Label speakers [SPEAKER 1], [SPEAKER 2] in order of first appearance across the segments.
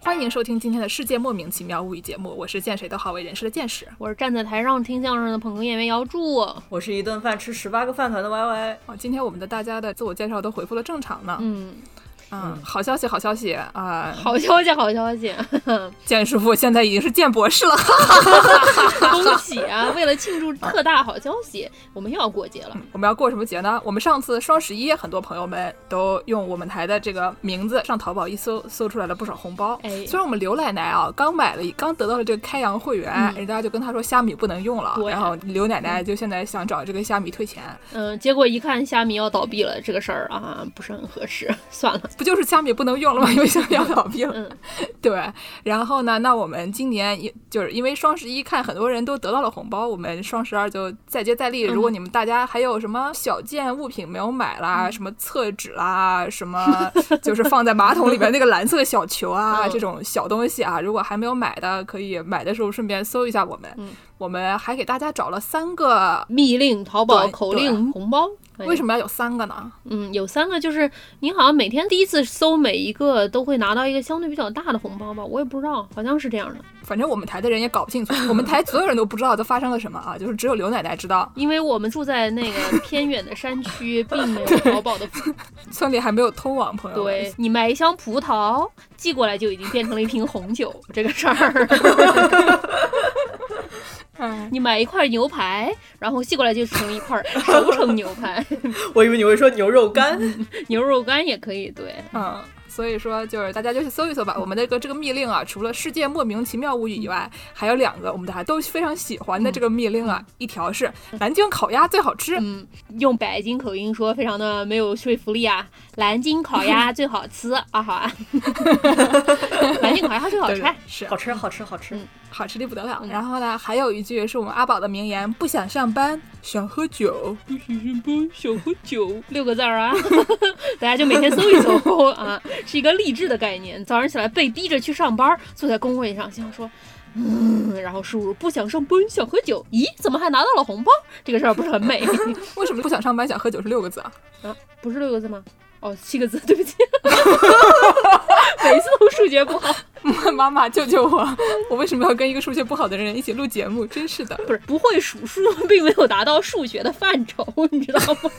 [SPEAKER 1] 欢迎收听今天的《世界莫名其妙物语》节目，我是见谁都好为人师的见识。
[SPEAKER 2] 我是站在台上听相声的捧哏演员姚柱。
[SPEAKER 3] 我是一顿饭吃十八个饭团的 Y Y，
[SPEAKER 1] 哦，今天我们的大家的自我介绍都回复了正常呢。
[SPEAKER 2] 嗯，
[SPEAKER 1] 嗯，好消息，好消息啊！
[SPEAKER 2] 好消息，好消息，
[SPEAKER 1] 见师傅现在已经是见博士了。
[SPEAKER 2] 恭喜啊！为了庆祝特大好消息，我们又要过节了。
[SPEAKER 1] 我们要过什么节呢？我们上次双十一，很多朋友们都用我们台的这个名字上淘宝一搜，搜出来了不少红包。
[SPEAKER 2] 哎
[SPEAKER 1] 虽然我们刘奶奶啊刚买了一，刚得到了这个开阳会员，人家就跟她说虾米不能用了，
[SPEAKER 2] 嗯对
[SPEAKER 1] 然后刘奶奶就现在想找这个虾米退钱，
[SPEAKER 2] 嗯，结果一看虾米要倒闭了，这个事儿啊不是很合适， 算了。
[SPEAKER 1] 不就是虾米不能用了吗？因 为虾米要倒闭了。
[SPEAKER 2] 嗯
[SPEAKER 1] 对，然后呢，那我们今年也就是因为双十一看很多人都得到了红包，我们双十二就再接再厉。如果你们大家还有什么小件物品没有买啦，
[SPEAKER 2] 嗯
[SPEAKER 1] 什么厕纸 啦，什么就是放在马桶里边那个蓝色小球啊，
[SPEAKER 2] 嗯
[SPEAKER 1] 这种小东西啊，如果还没有买的，可以买的时候顺便搜一下我们。
[SPEAKER 2] 嗯
[SPEAKER 1] 我们还给大家找了三个，
[SPEAKER 2] 密令淘宝
[SPEAKER 1] 对
[SPEAKER 2] 口
[SPEAKER 1] 对啊
[SPEAKER 2] 令红包，哎
[SPEAKER 1] 为什么要有三个呢？
[SPEAKER 2] 嗯，有三个，就是你好像每天第一次搜每一个都会拿到一个相对比较大的红包吧，我也不知道，好像是这样的。
[SPEAKER 1] 反正我们台的人也搞不清楚，我们台所有人都不知道都发生了什么啊，就是只有刘奶奶知道。
[SPEAKER 2] 因为我们住在那个偏远的山区， 并没有淘宝的服务。
[SPEAKER 1] 村里还没有通网，朋友们。
[SPEAKER 2] 对你买一箱葡萄寄过来，就已经变成了一瓶红酒这个事儿。
[SPEAKER 1] 哎，
[SPEAKER 2] 你买一块牛排，然后寄过来就成一块熟成牛排，
[SPEAKER 3] 我以为你会说牛肉干，
[SPEAKER 2] 牛肉干也可以。对，
[SPEAKER 1] 嗯，所以说就是大家就去搜一搜吧。我们的这个这个密令啊，除了世界莫名其妙物语以外，还有两个我们大家都非常喜欢的这个密令啊，一条是南京烤鸭最好吃，
[SPEAKER 2] 嗯，用北京口音说，非常的没有说服力啊。南京烤鸭最好吃啊，好 啊，南京烤鸭最好
[SPEAKER 1] 对
[SPEAKER 2] 吃。
[SPEAKER 1] 是
[SPEAKER 3] 好吃好吃好吃
[SPEAKER 2] 嗯。
[SPEAKER 1] 好吃的不得了。
[SPEAKER 2] 嗯
[SPEAKER 1] 然后呢，还有一句是我们阿宝的名言：不想上班，想喝酒。
[SPEAKER 2] 不行行不想嗯喝酒，六个字儿啊， 大家就每天搜一搜啊，是一个励志的概念。早上起来被逼着去上班，坐在工位上，心想说。嗯，然后输入不想上班，想喝酒。咦，怎么还拿到了红包？这个事儿不是很美，
[SPEAKER 1] 为什么不想上班想喝酒是六个字啊？
[SPEAKER 2] 不是六个字吗？哦，七个字，对不起， 每次都数学不好。
[SPEAKER 1] 妈妈救救我！ 我为什么要跟一个数学不好的人一起录节目？真是的。
[SPEAKER 2] 不是不会数数，并没有达到数学的范畴，你知道吗？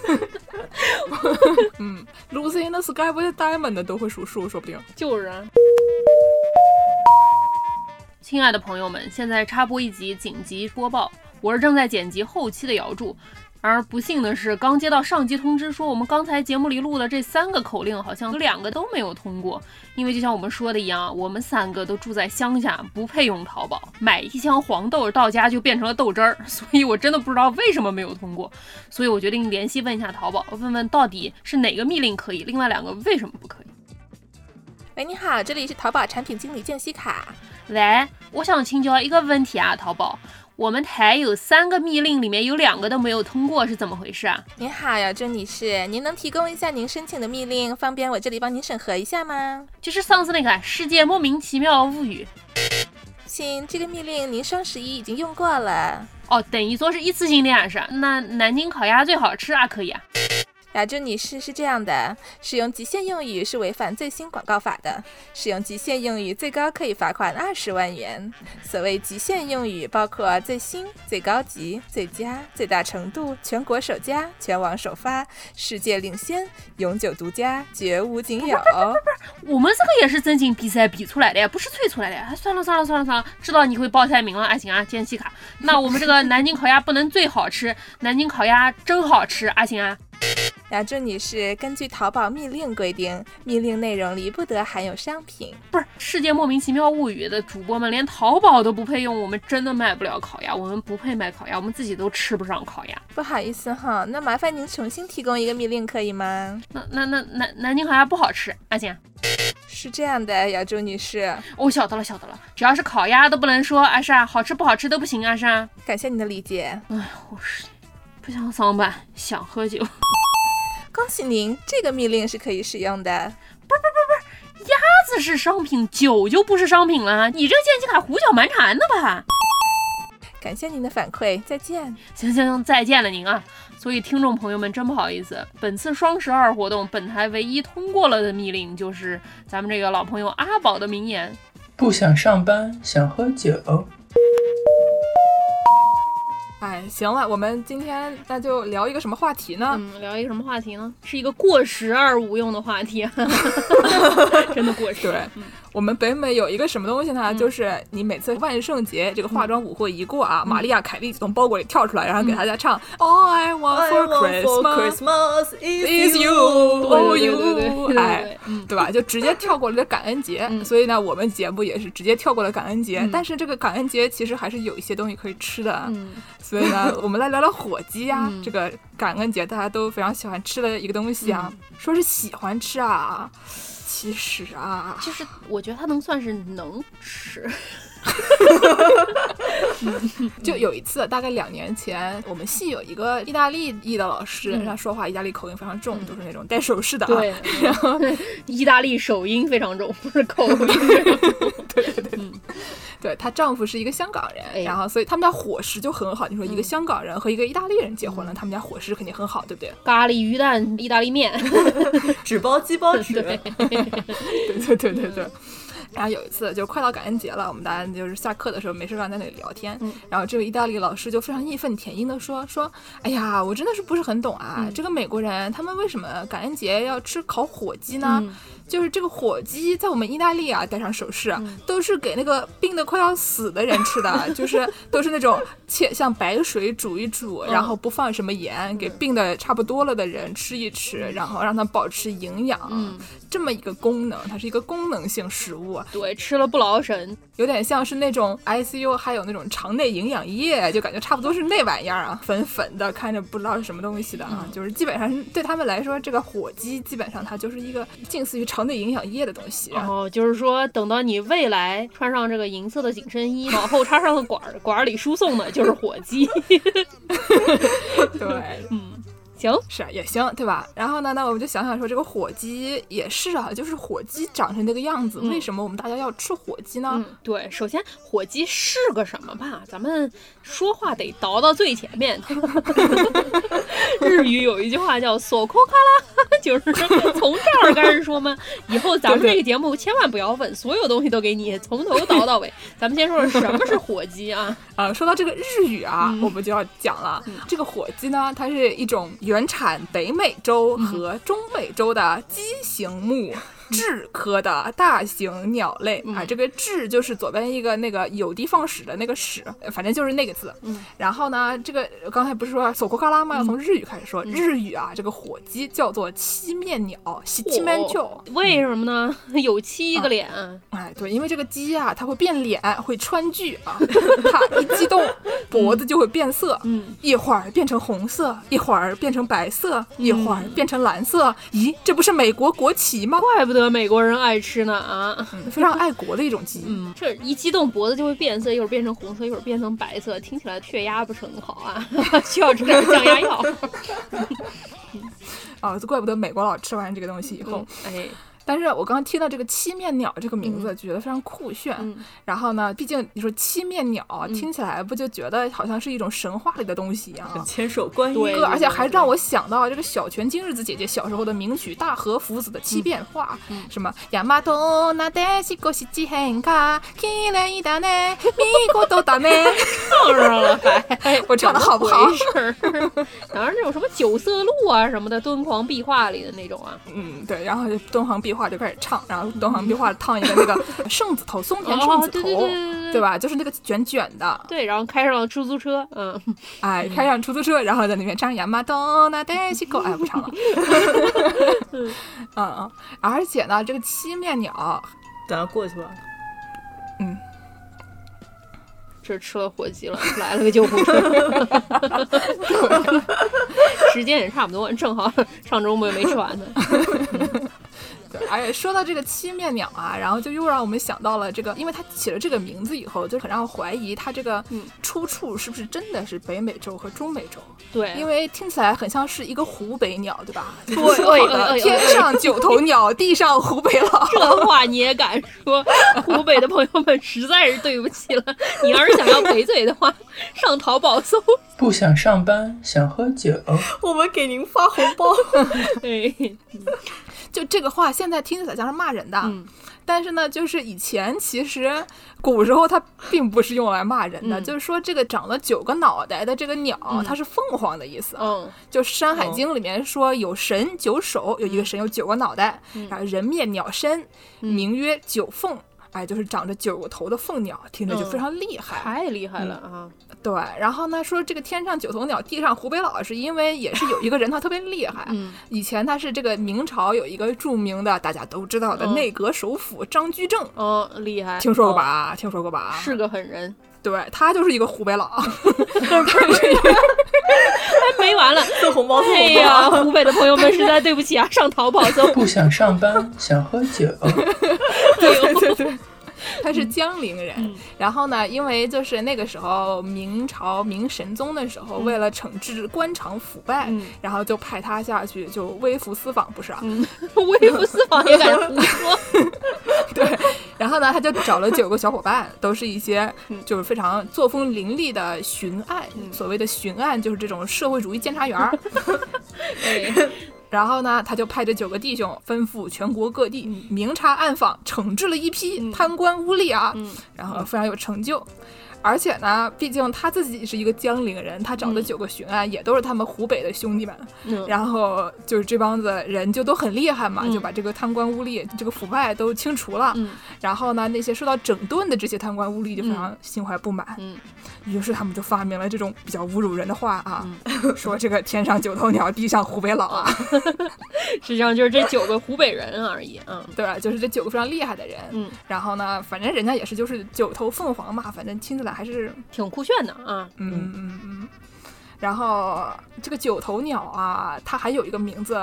[SPEAKER 1] 嗯，Lucy in the Sky with Diamond 都会数数，说不定。
[SPEAKER 2] 就是啊。亲爱的朋友们，现在插播一集紧急播报，我是正在剪辑后期的姚柱。然而不幸的是，刚接到上级通知说，我们刚才节目里录的这三个口令好像有两个都没有通过，因为就像我们说的一样，我们三个都住在乡下，不配用淘宝，买一箱黄豆到家就变成了豆汁儿， 所以我真的不知道为什么没有通过，所以我决定联系问一下淘宝，问问到底是哪个密令可以，另外两个为什么不可以。
[SPEAKER 1] 喂，哎你好，这里是淘宝产品经理见西卡。
[SPEAKER 2] 喂，我想请教一个问题啊，淘宝，我们台有三个密令，里面有两个都没有通过，是怎么回事啊？
[SPEAKER 1] 您好呀，这里是，您能提供一下您申请的密令，方便我这里帮您审核一下吗？
[SPEAKER 2] 就是上次那个世界莫名其妙物语，
[SPEAKER 1] 亲，这个密令您双十一已经用过了。
[SPEAKER 2] 哦，等于说是一次性的，是吧？那南京烤鸭最好吃啊，可以啊。
[SPEAKER 1] 雅芝女士是这样的，使用极限用语是违反最新广告法的，使用极限用语最高可以罚款二十万元。所谓极限用语包括最新、最高级、最佳、最大程度、全国首家、全网首发、世界领先、永久独家、绝无仅有。
[SPEAKER 2] 我们这个也是正经比赛比出来的呀，不是吹出来的呀。哎算了算了算了算了，知道你会报菜名了，哎行啊，见西卡。那我们这个南京烤鸭不能最好吃，南京烤鸭真好吃，啊行啊。
[SPEAKER 1] 雅芝女士，根据淘宝密令规定，密令内容里不得含有商品。
[SPEAKER 2] 不是《世界莫名其妙物语》的主播们连淘宝都不配用，我们真的卖不了烤鸭，我们不配卖烤鸭，我们自己都吃不上烤鸭。
[SPEAKER 1] 不好意思哈，那麻烦您重新提供一个密令可以吗？
[SPEAKER 2] 那那那南南京烤鸭不好吃，阿锦，
[SPEAKER 1] 是这样的，雅芝女士，
[SPEAKER 2] 我、晓得了晓得了，只要是烤鸭都不能说阿善好吃不好吃都不行，阿善，
[SPEAKER 1] 感谢您的理解。
[SPEAKER 2] 我是不想上班，想喝酒。
[SPEAKER 1] 恭喜您，这个密令是可以使用的。
[SPEAKER 2] 鸭子是商品，酒就不是商品了。你这个剑西卡胡搅蛮缠的吧？
[SPEAKER 1] 感谢您的反馈，再见。
[SPEAKER 2] 行行行，再见了您啊！所以听众朋友们，真不好意思，本次双十二活动，本台唯一通过了的密令就是咱们这个老朋友阿宝的名言：
[SPEAKER 4] 不想上班，想喝酒。
[SPEAKER 1] 哎，行了，我们今天那就聊一个什么话题呢？
[SPEAKER 2] 嗯，聊一个什么话题呢？是一个过时而无用的话 题，啊真的过时。
[SPEAKER 1] 对我们北美有一个什么东西呢？
[SPEAKER 2] 嗯
[SPEAKER 1] 就是你每次万圣节这个化妆舞会一过啊，玛丽亚凯莉就从包裹里跳出来，然后给大家唱 All 嗯 I Want
[SPEAKER 3] I
[SPEAKER 1] for
[SPEAKER 3] want for
[SPEAKER 1] Christmas。
[SPEAKER 3] Christmas is
[SPEAKER 1] is you,
[SPEAKER 3] you。
[SPEAKER 1] 哦
[SPEAKER 2] 对对对对对
[SPEAKER 1] 呦，哎
[SPEAKER 2] 对，嗯，
[SPEAKER 1] 对吧？就直接跳过了这感恩节，
[SPEAKER 2] 嗯
[SPEAKER 1] 所以呢，我们节目也是直接跳过了感恩节。
[SPEAKER 2] 嗯
[SPEAKER 1] 但是这个感恩节其实还是有一些东西可以吃的，啊
[SPEAKER 2] 嗯
[SPEAKER 1] 所以 呢，我们来聊聊火鸡呀、
[SPEAKER 2] 嗯
[SPEAKER 1] 这个感恩节大家都非常喜欢吃的一个东西啊。
[SPEAKER 2] 嗯
[SPEAKER 1] 说是喜欢吃啊，其实啊，
[SPEAKER 2] 就是我觉得它能算是能吃，嗯
[SPEAKER 1] 就有一次，大概两年前，我们系有一个意大利裔的老师，
[SPEAKER 2] 嗯
[SPEAKER 1] 他说话意大利口音非常重，
[SPEAKER 2] 嗯
[SPEAKER 1] 就是那种带手势的啊。
[SPEAKER 2] 对，意大利首音非常重，不是 口音。
[SPEAKER 1] 对，她丈夫是一个香港人，
[SPEAKER 2] 哎
[SPEAKER 1] 然后所以他们家伙食就很好。你说一个
[SPEAKER 2] 嗯
[SPEAKER 1] 香港人和一个意大利人结婚了，他们家伙食肯定很好，对不对？
[SPEAKER 2] 咖喱鱼蛋意大利面，
[SPEAKER 3] 纸包鸡包 纸。
[SPEAKER 2] 对
[SPEAKER 1] 对 对对对
[SPEAKER 2] 嗯
[SPEAKER 1] 对。然后有一次就快到感恩节了，我们大家就是下课的时候没事干在那里聊天，
[SPEAKER 2] 嗯
[SPEAKER 1] 然后这位意大利老师就非常义愤填膺的说说，哎呀，我真的是不是很懂啊，
[SPEAKER 2] 嗯
[SPEAKER 1] 这个美国人他们为什么感恩节要吃烤火鸡呢？
[SPEAKER 2] 嗯
[SPEAKER 1] 就是这个火鸡在我们意大利啊戴上首饰啊，
[SPEAKER 2] 嗯
[SPEAKER 1] 都是给那个病得快要死的人吃的， 就是都是那种切像白水煮一煮，
[SPEAKER 2] 嗯
[SPEAKER 1] 然后不放什么盐，给病得差不多了的人吃一吃，然后让它保持营养，
[SPEAKER 2] 嗯
[SPEAKER 1] 这么一个功能，它是一个功能性食物，
[SPEAKER 2] 对，吃了不劳神。
[SPEAKER 1] 有点像是那种 ICU 还有那种肠内营养液，就感觉差不多是那玩意儿啊，粉粉的，看着不知道是什么东西的啊，就是基本上是对他们来说，这个火鸡基本上它就是一个近似于肠内营养液的东西，啊
[SPEAKER 2] 然后哦就是说，等到你未来穿上这个银色的紧身衣，往后插上个管儿，管儿里输送的就是火鸡。
[SPEAKER 1] 对。
[SPEAKER 2] 嗯，行，
[SPEAKER 1] 是也行，对吧？然后呢，那我们就想想说，这个火鸡也是啊，就是火鸡长成这个样子，
[SPEAKER 2] 嗯
[SPEAKER 1] 为什么我们大家要吃火鸡呢？
[SPEAKER 2] 嗯，对，首先火鸡是个什么吧？咱们说话得倒到最前面。 日语有一句话叫“索扣卡拉”，就是从这儿开始说嘛。以后咱们这个节目千万不要问，所有东西都给你从头倒到尾。咱们先说说什么是火鸡啊？
[SPEAKER 1] 啊，说到这个日语啊，
[SPEAKER 2] 嗯
[SPEAKER 1] 我们就要讲了。这个火鸡呢，它是一种原产北美洲
[SPEAKER 2] 嗯
[SPEAKER 1] 和中美洲的鸡形目。雉科的大型鸟类、
[SPEAKER 2] 嗯
[SPEAKER 1] 啊，这个雉就是左边一个那个有的放矢的那个矢，反正就是那个字。
[SPEAKER 2] 嗯
[SPEAKER 1] 然后呢，这个刚才不是说啊索库卡拉吗？要从日语开始说。
[SPEAKER 2] 嗯
[SPEAKER 1] 日语啊，这个火鸡叫做七面鸟，西七
[SPEAKER 2] 哦
[SPEAKER 1] 面鸟。
[SPEAKER 2] 为什么呢？有七个脸，
[SPEAKER 1] 哎，对，因为这个鸡啊，它会变脸，会川剧啊， 它一激动脖子就会变色，
[SPEAKER 2] 嗯，
[SPEAKER 1] 一会儿变成红色，一会儿变成白色，一会
[SPEAKER 2] 嗯
[SPEAKER 1] 儿变成蓝色。咦，这不是美国国旗吗？嗯
[SPEAKER 2] 怪不得美国人爱吃呢啊！
[SPEAKER 1] 非常爱国的一种鸡。
[SPEAKER 2] 嗯，这一激动脖子就会变色，一会儿变成红色，一会儿变成白色，听起来血压不是很好啊， 需要吃点降压 药。
[SPEAKER 1] 啊，就怪不得美国佬吃完这个东西以后。
[SPEAKER 2] 哎，
[SPEAKER 1] 但是我刚刚听到这个七面鸟这个名字，就觉得非常酷炫。
[SPEAKER 2] 嗯
[SPEAKER 1] 然后呢，毕竟你说七面鸟、啊听起来不就觉得好像是一种神话里的东西一样啊？
[SPEAKER 3] 千手观
[SPEAKER 2] 对
[SPEAKER 3] 音，
[SPEAKER 1] 歌，而且还让我想到这个小泉今日子姐姐小时候的名曲《大和福子的
[SPEAKER 2] 嗯
[SPEAKER 1] 七变化》，什么“亚麻多那得西过西吉很卡，きれいだ ね，みごとだね
[SPEAKER 2] 唱上了还
[SPEAKER 1] 我唱得好不好
[SPEAKER 2] 怎么回事儿？哪是那种什么九色鹿啊什么的，敦煌壁画里的那种啊？”。
[SPEAKER 1] 嗯，对，然后就敦煌壁画就开始唱，然后敦煌壁画烫一个那 个圣子头，松田圣
[SPEAKER 2] 哦，
[SPEAKER 1] 子
[SPEAKER 2] 对
[SPEAKER 1] 头，
[SPEAKER 2] 对对对
[SPEAKER 1] 对？吧？就是那个卷卷的，
[SPEAKER 2] 对，然后开上了出租车，嗯，
[SPEAKER 1] 哎，开上出租车，然后在那边唱亚麻东那代西狗，哎，不唱 了。嗯嗯，而且呢，这个七面鸟
[SPEAKER 3] 等下过去吧。
[SPEAKER 2] 这吃了火鸡了，来了个救护 车，时间也差不多，正好上周末也没吃完呢。
[SPEAKER 1] 对，而且哎说到这个七面鸟啊，然后就又让我们想到了这个，因为它起了这个名字以后，就很让我怀疑它这个
[SPEAKER 2] 嗯
[SPEAKER 1] 出处是不是真的是北美洲和中美洲，
[SPEAKER 2] 对，
[SPEAKER 1] 因为听起来很像是一个湖北鸟，对吧？对
[SPEAKER 2] 哎
[SPEAKER 1] 说好
[SPEAKER 2] 哎哎
[SPEAKER 1] 的天上九头鸟，地上湖北佬。
[SPEAKER 2] 这话你也敢说？湖北的朋友们实在是对不起了。你要是想要赔罪的话，上淘宝搜。
[SPEAKER 4] 不想上班，想喝酒。
[SPEAKER 3] 我们给您发红包，
[SPEAKER 2] 哎，
[SPEAKER 1] 就这个话现在听起来像是骂人的，
[SPEAKER 2] 嗯
[SPEAKER 1] 但是呢，就是以前其实古时候它并不是用来骂人的，
[SPEAKER 2] 嗯
[SPEAKER 1] 就是说这个长了九个脑袋的这个鸟，
[SPEAKER 2] 嗯
[SPEAKER 1] 它是凤凰的意思。
[SPEAKER 2] 嗯嗯
[SPEAKER 1] 就《山海经》里面说有神九首，有一个神有九个脑袋，然后人面鸟身，名曰九凤。哎，就是长着九个头的凤鸟，听着就
[SPEAKER 2] 嗯
[SPEAKER 1] 非常厉害。
[SPEAKER 2] 太厉害了啊！
[SPEAKER 1] 对，然后呢，说这个天上九头鸟，地上湖北佬，是因为也是有一个人他特别厉害。
[SPEAKER 2] 嗯
[SPEAKER 1] 以前他是这个明朝有一个著名的，大家都知道的
[SPEAKER 2] 嗯
[SPEAKER 1] 内阁首辅张居正，
[SPEAKER 2] 哦，厉害，
[SPEAKER 1] 听说过
[SPEAKER 2] 哦？
[SPEAKER 1] 吧？听说过吧？
[SPEAKER 2] 是个狠人，
[SPEAKER 1] 对他就是一个湖北佬，
[SPEAKER 2] 哎，没 完了！
[SPEAKER 3] 送红包送
[SPEAKER 2] 哎
[SPEAKER 3] 红
[SPEAKER 2] 呀，
[SPEAKER 3] 包，
[SPEAKER 2] 湖北的朋友们实在对不起啊，上淘宝 搜
[SPEAKER 4] 不想上班，想喝酒。
[SPEAKER 1] 对对对，他是江陵人。然后呢，因为就是那个时候明朝明神宗的时候，为了惩治官场腐败，
[SPEAKER 2] 嗯
[SPEAKER 1] 然后就派他下去就微服私访，不是啊？
[SPEAKER 2] 微服私访也敢胡说，
[SPEAKER 1] 对，然后呢，他就找了九个小伙伴，都是一些就是非常作风凌厉的巡按。所谓的巡按就是这种社会主义监察员儿。
[SPEAKER 2] 哎，
[SPEAKER 1] 然后呢，他就派这九个弟兄吩咐全国各地
[SPEAKER 2] 嗯
[SPEAKER 1] 明察暗访，惩治了一批贪官污吏啊，
[SPEAKER 2] 嗯
[SPEAKER 1] 然后非常有成就。而且呢，毕竟他自己是一个江陵人，他找的九个巡按也都是他们湖北的兄弟们，
[SPEAKER 2] 嗯
[SPEAKER 1] 然后就是这帮子人就都很厉害嘛，就把这个贪官污吏、这个腐败都清除了。
[SPEAKER 2] 嗯
[SPEAKER 1] 然后呢，那些受到整顿的这些贪官污吏就非常心怀不满，
[SPEAKER 2] 嗯
[SPEAKER 1] 于是他们就发明了这种比较侮辱人的话啊，
[SPEAKER 2] 嗯
[SPEAKER 1] 说这个天上九头鸟，地上湖北佬啊，
[SPEAKER 2] 嗯实际上就是这九个湖北人而已，嗯
[SPEAKER 1] 对吧？就是这九个非常厉害的人。
[SPEAKER 2] 嗯，
[SPEAKER 1] 然后呢，反正人家也是就是九头凤凰嘛，反正听起来还是
[SPEAKER 2] 挺酷炫的啊，
[SPEAKER 1] 嗯嗯嗯。然后这个九头鸟啊，它还有一个名字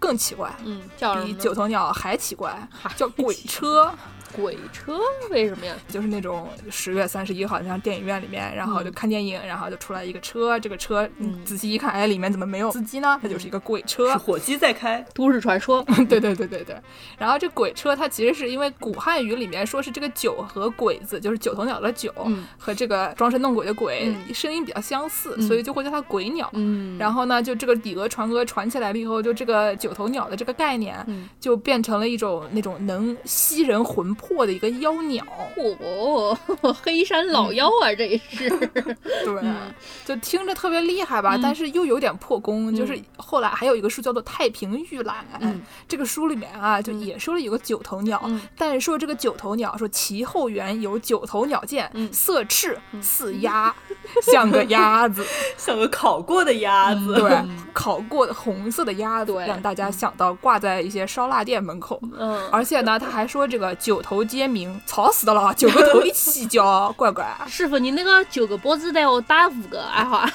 [SPEAKER 1] 更奇怪，
[SPEAKER 2] 嗯，叫什
[SPEAKER 1] 比
[SPEAKER 2] 么
[SPEAKER 1] 九
[SPEAKER 2] 呢？
[SPEAKER 1] 头鸟还奇怪，叫鬼车。
[SPEAKER 2] 鬼车为什么呀？
[SPEAKER 1] 就是那种十月三十一号，像电影院里面，然后就看电影，然后就出来一个车，这个车你仔细一看，哎，里面怎么没有司机呢？它就是一个鬼
[SPEAKER 3] 是
[SPEAKER 1] 车。
[SPEAKER 3] 火鸡在开，
[SPEAKER 2] 都市传 说，
[SPEAKER 1] 对对对对对。然后这鬼车它其实是因为古汉语里面说是这个九和鬼字，就是九头鸟的九、
[SPEAKER 2] 嗯
[SPEAKER 1] 和这个装神弄鬼的鬼、
[SPEAKER 2] 嗯
[SPEAKER 1] 声音比较相似，
[SPEAKER 2] 嗯
[SPEAKER 1] 所以就会叫它鬼鸟。
[SPEAKER 2] 嗯
[SPEAKER 1] 然后呢，就这个以讹传讹传起来了以后，就这个九头鸟的这个概念，
[SPEAKER 2] 嗯
[SPEAKER 1] 就变成了一种那种能吸人魂魄的一个妖鸟。
[SPEAKER 2] 哦，黑山老妖啊，这是，
[SPEAKER 1] 对，
[SPEAKER 2] 嗯
[SPEAKER 1] 就听着特别厉害吧，但是又有点破功。就是后来还有一个书叫做《太平御览》，
[SPEAKER 2] 嗯
[SPEAKER 1] 这个书里面啊，就也说了一个九头鸟，
[SPEAKER 2] 嗯
[SPEAKER 1] 但是说这个九头鸟说其后缘有九头鸟见，
[SPEAKER 2] 嗯嗯
[SPEAKER 1] 色赤似鸭， 像个鸭子，
[SPEAKER 3] 像个烤过的鸭子，
[SPEAKER 1] 对，烤过的红色的鸭子，
[SPEAKER 2] 对
[SPEAKER 1] 让大家想到挂在一些烧腊店门口。
[SPEAKER 2] 嗯，
[SPEAKER 1] 而且呢，他还说这个九头皆鸣，吵死的了，九个头一起 叫，啊乖乖。
[SPEAKER 2] 师傅，你那个九个脖子带我打五个，哎 好啊。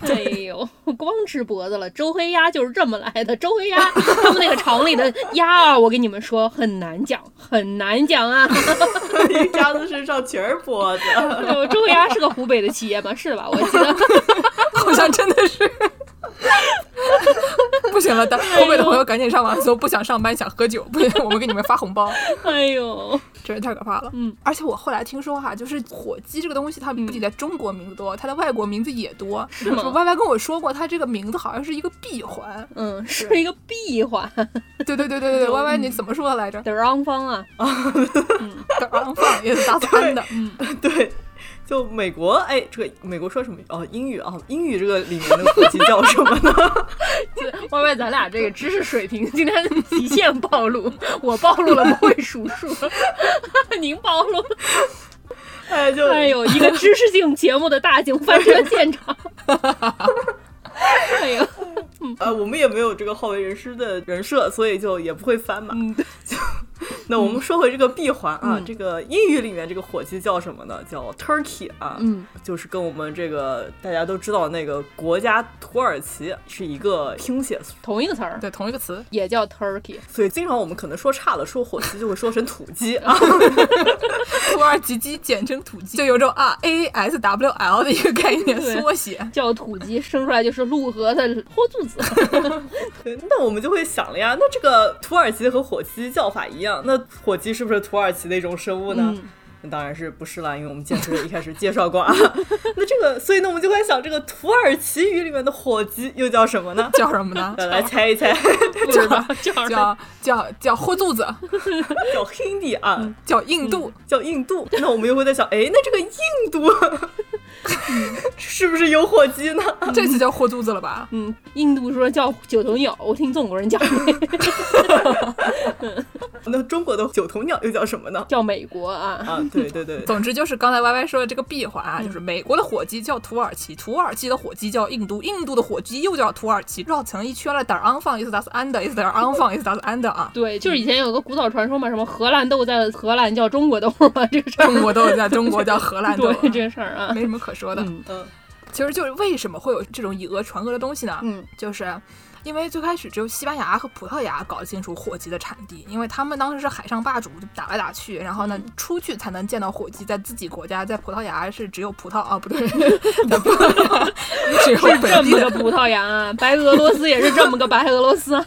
[SPEAKER 2] 哎呦，光吃脖子了。周黑鸭就是这么来的。周黑 鸭，他们那个厂里的鸭啊，我跟你们说很难讲，很难讲啊。
[SPEAKER 3] 鸭子身上全是脖子，
[SPEAKER 2] 哎呦周黑鸭是个湖北的企业吗？是吧？我记得。
[SPEAKER 1] 好像真的是。不行了，大后面的朋友赶紧上网搜，不想上班想喝酒，不行，我们给你们发红包，
[SPEAKER 2] 哎呦，
[SPEAKER 1] 真是太可怕了。
[SPEAKER 2] 嗯，
[SPEAKER 1] 而且我后来听说哈，就是火鸡这个东西，它不仅在中国名字多，它在外国名字也多。是
[SPEAKER 2] 吗
[SPEAKER 1] 歪歪跟我说过，它这个名字好像是一个闭环。
[SPEAKER 2] 嗯，是一个闭环
[SPEAKER 1] 对对对对对，歪歪
[SPEAKER 2] 嗯
[SPEAKER 1] 你怎么说的来着？
[SPEAKER 2] 的 wrong 方啊。
[SPEAKER 1] 打方也是打三的， 嗯
[SPEAKER 3] 对。就美国，哎，这个美国说什么？哦，英语啊，英语这个里面的火鸡叫什么呢？
[SPEAKER 2] 歪歪，咱俩这个知识水平 今天极限暴露，我暴露了不会数数， 您暴露了
[SPEAKER 3] 哎，就
[SPEAKER 2] 哎呦，一个知识性节目的大型翻车现场。 哎呦，
[SPEAKER 3] 呃，我们也没有这个好为人师的人设，所以就也不会翻嘛。就那我们说回这个闭环啊，
[SPEAKER 2] 嗯
[SPEAKER 3] 这个英语里面这个火鸡叫什么呢？叫 turkey 啊，
[SPEAKER 2] 嗯
[SPEAKER 3] 就是跟我们这个大家都知道那个国家土耳其是一个拼写，
[SPEAKER 2] 同一个词儿
[SPEAKER 1] 对，同一个词。
[SPEAKER 2] 也叫 turkey，
[SPEAKER 3] 所以经常我们可能说差了，说火鸡就会说成土 鸡啊。
[SPEAKER 1] 土耳其鸡简称土鸡，就有种啊 A S W L 的一个概念
[SPEAKER 2] 对
[SPEAKER 1] 缩写。
[SPEAKER 2] 叫土鸡，生出来就是陆河的豁肚子。
[SPEAKER 3] 对那我们就会想了呀，那这个土耳其和火鸡叫法一样，那火鸡是不是土耳其的一种生物呢？
[SPEAKER 2] 嗯
[SPEAKER 3] 那当然是不是啦，因为我们剑师一开始介绍过 啊。那这个，所以呢，我们就在想，这个土耳其语里面的火鸡又叫什 么呢？
[SPEAKER 1] 叫什么呢？
[SPEAKER 3] 来来猜一猜，
[SPEAKER 2] 呃不知道 叫什么
[SPEAKER 1] 叫叫叫豁肚子，
[SPEAKER 3] 叫 Hindi 啊，
[SPEAKER 1] 叫印度，
[SPEAKER 3] 叫印度。那我们又会在想，哎，那这个 印度是不是有火鸡呢？
[SPEAKER 1] 这次叫豁肚子了吧？
[SPEAKER 2] 嗯，印度说叫九头鸟，我听中国人讲
[SPEAKER 3] 那中国的九头鸟又叫什么呢？
[SPEAKER 2] 叫美国啊。
[SPEAKER 3] 啊，对对对，
[SPEAKER 1] 总之就是刚才 Y Y 说的这个闭环
[SPEAKER 2] 嗯
[SPEAKER 1] 啊，就是美国的火鸡叫土耳其，土耳其的火鸡叫印度，印度的火鸡又叫土耳其，绕成一圈了。d a r a n f a n is das andere is d a r a n f a n is das andere 啊。
[SPEAKER 2] 对，就是以前有个古早传说嘛，什么荷兰豆在荷兰叫中国豆嘛，这个事
[SPEAKER 1] 中
[SPEAKER 2] 儿。
[SPEAKER 1] 国豆在中国叫荷兰豆啊，
[SPEAKER 2] 对这个事儿啊，
[SPEAKER 1] 没什么可说的。
[SPEAKER 2] 嗯
[SPEAKER 3] 嗯
[SPEAKER 1] 其实就是为什么会有这种以讹传讹的东西呢？
[SPEAKER 2] 嗯，
[SPEAKER 1] 就是因为最开始只有西班牙和葡萄牙搞清楚火鸡的产地，因为他们当时是海上霸主，就打来打去，然后
[SPEAKER 2] 嗯
[SPEAKER 1] 呢，出去才能见到火鸡，在自己国家，在葡萄牙是只有葡萄啊，不 对，在葡萄牙只有
[SPEAKER 2] 这
[SPEAKER 1] 本地
[SPEAKER 2] 么个
[SPEAKER 1] 的，
[SPEAKER 2] 葡萄牙啊，白俄罗斯也是这么个白俄罗斯啊。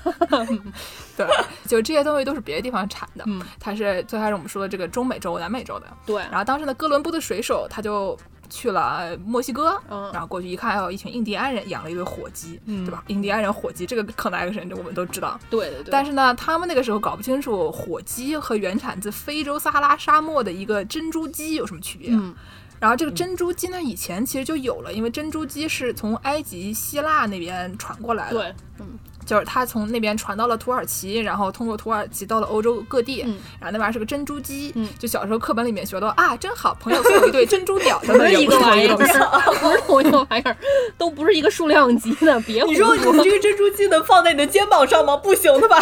[SPEAKER 1] 对，就这些东西都是别的地方产的，
[SPEAKER 2] 嗯
[SPEAKER 1] 它是最开始我们说的这个中美洲、南美洲的，
[SPEAKER 2] 对，
[SPEAKER 1] 然后当时呢，哥伦布的水手他就去了墨西哥，
[SPEAKER 2] 嗯
[SPEAKER 1] 然后过去一看，还有哦一群印第安人养了一堆火鸡，
[SPEAKER 2] 嗯
[SPEAKER 1] 对吧？印第安人火鸡这个 connection 这我们都知道，
[SPEAKER 2] 对对对。
[SPEAKER 1] 但是呢，他们那个时候搞不清楚火鸡和原产自非洲撒哈拉沙漠的一个珍珠鸡有什么区别。
[SPEAKER 2] 嗯
[SPEAKER 1] 然后这个珍珠鸡呢，以前其实就有了，因为珍珠鸡是从埃及、希腊那边传过来的，
[SPEAKER 2] 对，嗯
[SPEAKER 1] 就是它从那边传到了土耳其，然后通过土耳其到了欧洲各地，
[SPEAKER 2] 嗯
[SPEAKER 1] 然后那玩意儿是个珍珠鸡，
[SPEAKER 2] 嗯
[SPEAKER 1] 就小时候课本里面学到啊，真好，朋友送我一对珍珠鸟，真的
[SPEAKER 2] 一个玩意儿，不
[SPEAKER 1] 东西
[SPEAKER 2] 是。同一个玩意儿，都不是一个数量级的，别胡
[SPEAKER 3] 你说你这个珍珠鸡能放在你的肩膀上吗？不行的吧？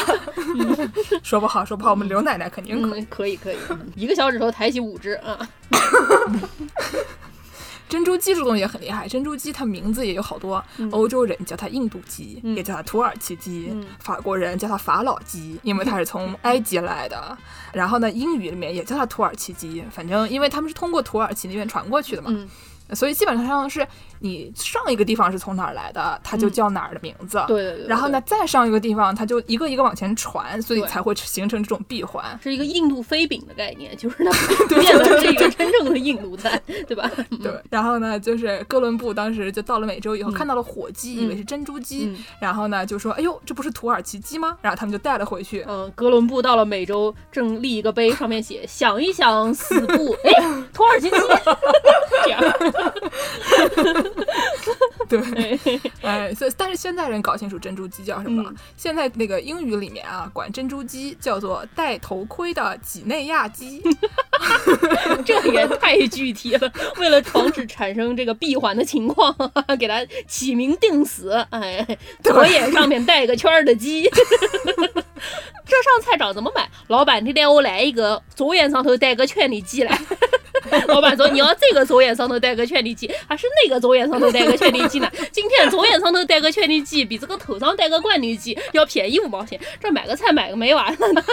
[SPEAKER 1] 说不好，说不好，我们刘奶奶肯定可以。
[SPEAKER 2] 嗯，可以可以，一个小指头抬起五只啊，
[SPEAKER 1] 珍珠鸡这东西也很厉害，珍珠鸡它名字也有好多，
[SPEAKER 2] 嗯
[SPEAKER 1] 欧洲人叫它印度鸡，也叫它土耳其鸡，法国人叫它法老鸡，因为它是
[SPEAKER 2] 嗯
[SPEAKER 1] 从埃及来的。然后呢，英语里面也叫它土耳其鸡，反正因为他们是通过土耳其那边传过去的嘛。
[SPEAKER 2] 嗯
[SPEAKER 1] 所以基本上是你上一个地方是从哪儿来的，它就叫哪儿的名字。
[SPEAKER 2] 嗯对对对对
[SPEAKER 1] 然后呢，再上一个地方，它就一个一个往前传，所以
[SPEAKER 2] 对
[SPEAKER 1] 才会形成这种闭环。
[SPEAKER 2] 是一个印度飞饼的概念，就是它变了这个真正的印度菜，对吧？
[SPEAKER 1] 对，然后呢，就是哥伦布当时就到了美洲以后，看到了火鸡，以为
[SPEAKER 2] 嗯
[SPEAKER 1] 是珍珠鸡，
[SPEAKER 2] 嗯
[SPEAKER 1] 然后呢就说：“哎呦，这不是土耳其鸡吗？”然后他们就带了回 去。
[SPEAKER 2] 嗯，哥伦布到了美洲，正立一个碑，上面写“想一想，死不”，哎，土耳其鸡， 这样，
[SPEAKER 1] 对，哎，所以但是现在人搞清楚珍珠鸡叫什
[SPEAKER 2] 嗯
[SPEAKER 1] 么了。现在那个英语里面啊，管珍珠鸡叫做戴头盔的几内亚鸡。
[SPEAKER 2] 这也太具体了。为了防止产生这个闭环的情况，给它起名定死，哎，左眼上面带个圈儿的鸡。 这上菜场怎么买？老板，你带我来一个左眼上头带个圈的鸡来。 老板说：“你要这个左眼上头带个圈的鸡，还是那个左眼上头带个圈的鸡呢？今天左眼上头带个圈的鸡比这个头上带个冠的鸡要便宜五毛钱。这买个菜买个没完了 呢，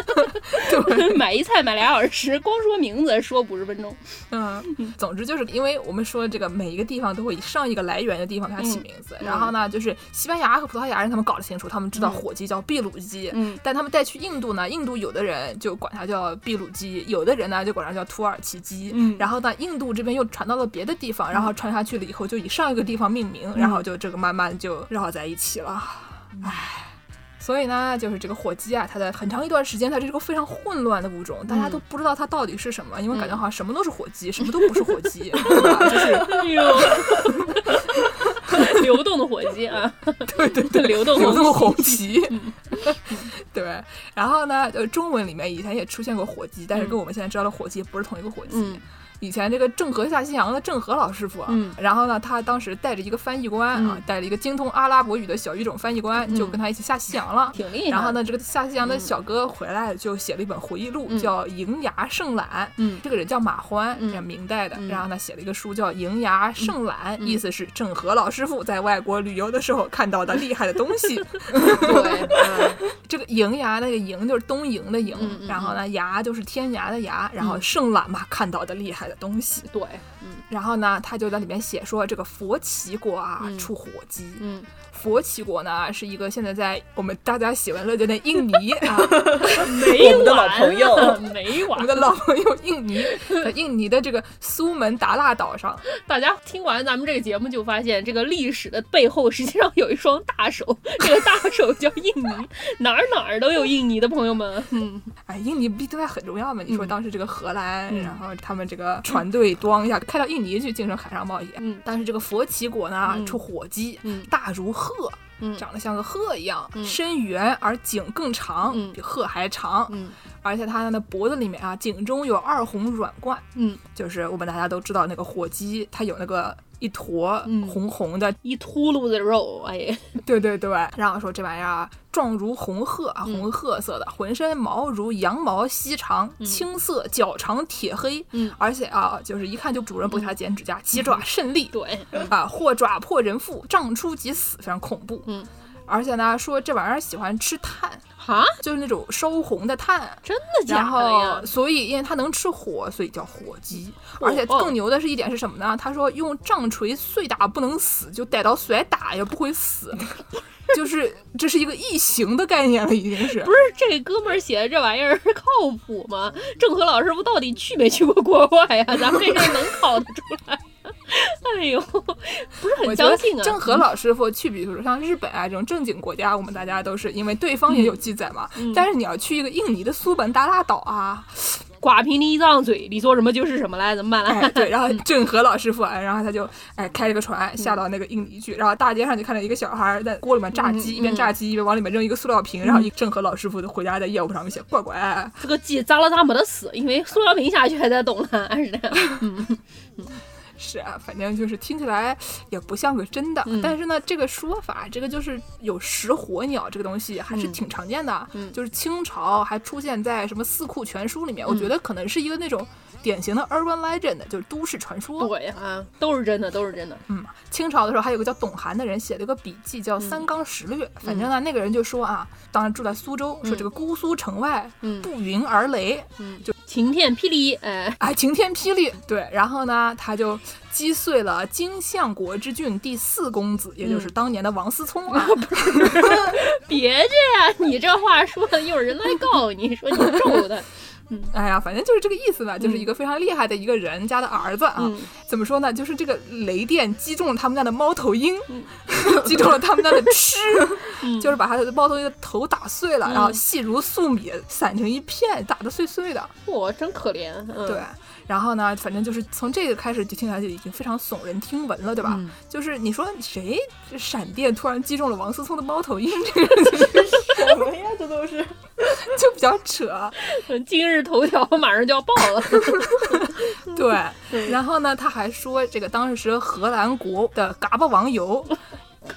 [SPEAKER 2] 买一菜买俩小时，光说名字说五十分钟。
[SPEAKER 1] 嗯，总之就是因为我们说这个每一个地方都会以上一个来源的地方给它起
[SPEAKER 2] 嗯
[SPEAKER 1] 名字，然后呢，就是西班牙和葡萄牙人他们搞得清楚，他们知道火鸡叫秘鲁鸡，
[SPEAKER 2] 嗯
[SPEAKER 1] 但他们带去印度呢，印度有的人就管它叫秘鲁鸡，有的人呢就管它叫土耳其鸡，
[SPEAKER 2] 嗯
[SPEAKER 1] 然后呢，印度这边又传到了别的地方，然后传下去了以后就以上一个地方命名，
[SPEAKER 2] 嗯
[SPEAKER 1] 然后就这个慢慢就绕在一起了，唉。所以呢，就是这个火鸡啊，它的很长一段时间，它是一个非常混乱的物种，大家
[SPEAKER 2] 嗯
[SPEAKER 1] 都不知道它到底是什么，因为感觉好像什么都是火鸡，什么都不是火鸡， 对吧就是
[SPEAKER 2] 哎呦， 流动的火鸡啊，
[SPEAKER 1] 对对对，
[SPEAKER 2] 流 动
[SPEAKER 1] 流
[SPEAKER 2] 火
[SPEAKER 1] 动红旗， 对。然后呢，呃，中文里面以前也出现过火鸡，但是跟我们现在知道的火鸡不是同一个火鸡。
[SPEAKER 2] 嗯
[SPEAKER 1] 以前这个郑和下西洋的郑和老师傅啊，
[SPEAKER 2] 嗯
[SPEAKER 1] 然后呢，他当时带着一个翻译官啊，带着一个精通阿拉伯语的小语种翻译官，就跟他一起下西洋了。
[SPEAKER 2] 挺厉害。
[SPEAKER 1] 然后？呢，这个下西洋
[SPEAKER 2] 嗯
[SPEAKER 1] 的小哥回来就写了一本回忆录，叫《迎牙胜览》。
[SPEAKER 2] 嗯
[SPEAKER 1] 这个人叫马欢，
[SPEAKER 2] 嗯
[SPEAKER 1] 这明代的。
[SPEAKER 2] 嗯
[SPEAKER 1] 然后呢，写了一个书叫《迎牙胜览》，意思是郑和老师傅在外国旅游的时候看到的厉害的东西。
[SPEAKER 2] 对，嗯
[SPEAKER 1] 这个迎牙，那个迎就是东瀛的迎，
[SPEAKER 2] 嗯嗯
[SPEAKER 1] 然后呢，牙就是天涯的涯，然后胜览嘛，看到的厉害的东西。
[SPEAKER 2] 对，嗯，
[SPEAKER 1] 然后呢，他就在里面写说，这个佛齐国啊、
[SPEAKER 2] 嗯
[SPEAKER 1] 出火鸡，
[SPEAKER 2] 嗯，
[SPEAKER 1] 佛齐国呢是一个现在在我们大家喜闻乐见的印 尼啊，
[SPEAKER 2] 没
[SPEAKER 3] 我们的老
[SPEAKER 2] 完
[SPEAKER 3] 朋友
[SPEAKER 2] 了， 没
[SPEAKER 1] 我
[SPEAKER 2] 完
[SPEAKER 1] 们。的老朋友印尼，在印尼的这个苏门答腊岛上，
[SPEAKER 2] 大家听完咱们这个节目，就发现这个历史的背后，实际上有一双大手， 这个大手叫印尼，哪儿哪儿都有印尼的朋友们。嗯，
[SPEAKER 1] 哎，印尼不对外很重要嘛？你说
[SPEAKER 2] 嗯
[SPEAKER 1] 当时这个荷兰，
[SPEAKER 2] 嗯
[SPEAKER 1] 然后他们这个船队咣一下开到印尼去进行海上贸易，
[SPEAKER 2] 嗯
[SPEAKER 1] 但是这个佛齐国呢、
[SPEAKER 2] 嗯
[SPEAKER 1] 出火鸡，
[SPEAKER 2] 嗯
[SPEAKER 1] 大如鹤，
[SPEAKER 2] 嗯
[SPEAKER 1] 长得像个鹤一样，
[SPEAKER 2] 嗯
[SPEAKER 1] 身圆而颈更长，
[SPEAKER 2] 嗯
[SPEAKER 1] 比鹤还长，
[SPEAKER 2] 嗯
[SPEAKER 1] 而且它的脖子里面啊，颈中有二红软冠，
[SPEAKER 2] 嗯，
[SPEAKER 1] 就是我们大家都知道那个火鸡，它有那个。一坨
[SPEAKER 2] 嗯
[SPEAKER 1] 红红的，
[SPEAKER 2] 一秃噜的肉，哎呀，
[SPEAKER 1] 对对对，然后说这玩意儿啊，状如红褐啊，
[SPEAKER 2] 嗯
[SPEAKER 1] 红褐色的，浑身毛如羊毛细长，
[SPEAKER 2] 嗯
[SPEAKER 1] 青色，脚长铁黑，
[SPEAKER 2] 嗯
[SPEAKER 1] 而且啊，就是一看就主人不给它剪指甲，鸡爪甚利，
[SPEAKER 2] 对，
[SPEAKER 1] 啊，或爪破人腹，杖出即死，非常恐怖。
[SPEAKER 2] 嗯，
[SPEAKER 1] 而且呢，说这玩意儿喜欢吃炭，
[SPEAKER 2] 哈，
[SPEAKER 1] 就是那种烧红的啊炭。
[SPEAKER 2] 真的
[SPEAKER 1] 然
[SPEAKER 2] 假的呀
[SPEAKER 1] 后，？所以因为它能吃火，所以叫火鸡。
[SPEAKER 2] 哦
[SPEAKER 1] 而且更牛的是一点是什么呢？他说用杖锤碎打不能死，就逮到甩打也不会 死，就是这是一个异形的概念了，已经是
[SPEAKER 2] 不。是这哥们儿写的这玩意儿靠谱吗？ 郑和老师傅到底去没去过国外呀？ 咱们这事儿能考得出来？哎呦，不是
[SPEAKER 1] 我
[SPEAKER 2] 很
[SPEAKER 1] 觉得
[SPEAKER 2] 相信啊。
[SPEAKER 1] 郑和老师傅去，比如说像日本啊这种正经国家，我们大家都是因为对方也有记载嘛。
[SPEAKER 2] 嗯
[SPEAKER 1] 但是你要去一个印尼的苏门答腊岛啊，
[SPEAKER 2] 寡贫离一张嘴，你说什么就是什么来，怎么办啊来？
[SPEAKER 1] 哎， 对，然
[SPEAKER 2] 嗯
[SPEAKER 1] 后郑和老师傅，哎，然后他就哎开了个船下到那个印尼去，然后大街上就看到一个小孩儿在锅里面炸鸡，
[SPEAKER 2] 嗯嗯嗯
[SPEAKER 1] 一边炸鸡一边往里面扔一个塑料瓶，然后一郑和老师傅就回家在业务上面写乖乖，
[SPEAKER 2] 这个鸡脏了他没得死，因为苏小平下去还在懂了，哎是这样。
[SPEAKER 1] 是啊，反正就是听起来也不像个真的，
[SPEAKER 2] 嗯
[SPEAKER 1] 但是呢，这个说法，这个就是有食火鸟这个东西还是挺常见的，
[SPEAKER 2] 嗯
[SPEAKER 1] 就是清朝还出现在什么《四库全书》里面，
[SPEAKER 2] 嗯
[SPEAKER 1] 我觉得可能是一个那种典型的 urban legend，就是都市传说，
[SPEAKER 2] 对啊，都是真的，都是真的。
[SPEAKER 1] 嗯，清朝的时候还有个叫董涵的人写了个笔记叫《三纲十略》，反正呢，那个人就说啊，当时住在苏州，说这个姑苏城外
[SPEAKER 2] 嗯
[SPEAKER 1] 不云而雷，
[SPEAKER 2] 嗯，就晴天霹雳，哎，
[SPEAKER 1] 哎，晴天霹雳。对，然后呢，他就击碎了金相国之郡第四公子，也就是当年的王思聪啊。
[SPEAKER 2] 别这样，你这话说的，一会儿人来告你，说你咒的。
[SPEAKER 1] 哎呀，反正就是这个意思吧，就是一个非常厉害的一个人家的儿子啊。
[SPEAKER 2] 嗯
[SPEAKER 1] 怎么说呢？就是这个雷电击中了他们家的猫头鹰，
[SPEAKER 2] 嗯
[SPEAKER 1] 击中了他们家的 吃，就是把他的猫头鹰的头打碎
[SPEAKER 2] 嗯
[SPEAKER 1] 了，然后细如粟米，散成一片，打得碎碎的。
[SPEAKER 2] 我真可怜。嗯、
[SPEAKER 1] 对。然后呢，反正就是从这个开始就听起来就已经非常耸人听闻了，对吧？
[SPEAKER 2] 嗯
[SPEAKER 1] 就是你说谁这闪电突然击中了王思聪的猫头鹰，这个
[SPEAKER 3] 什么呀？这都是
[SPEAKER 1] 就比较扯。啊
[SPEAKER 2] 嗯，今日头条马上就要爆了。
[SPEAKER 1] 对，然后呢，他还说这个当时荷兰国的嘎巴王油。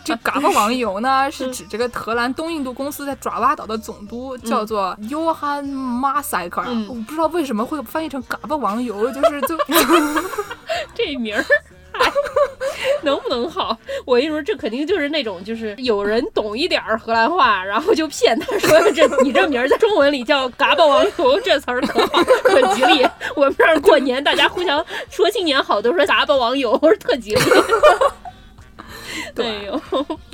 [SPEAKER 1] 这嘎巴王油呢，
[SPEAKER 2] 嗯
[SPEAKER 1] 是指这个荷兰东印度公司在爪哇岛的总督叫做 Johan Masaker，、
[SPEAKER 2] 嗯
[SPEAKER 1] 我不知道为什么会翻译成嘎巴王油， 就是 就嗯
[SPEAKER 2] 这名儿。哎能不能好？我跟你说，这肯定就是那种，就是有人懂一点儿荷兰话，然后就骗他说这你这名儿在中文里叫“嘎巴王油”，这词儿可好，可吉利。我们这儿过年大家互相说新年好，都说“嘎巴王油”，特吉利。
[SPEAKER 1] 对
[SPEAKER 2] 哎呦，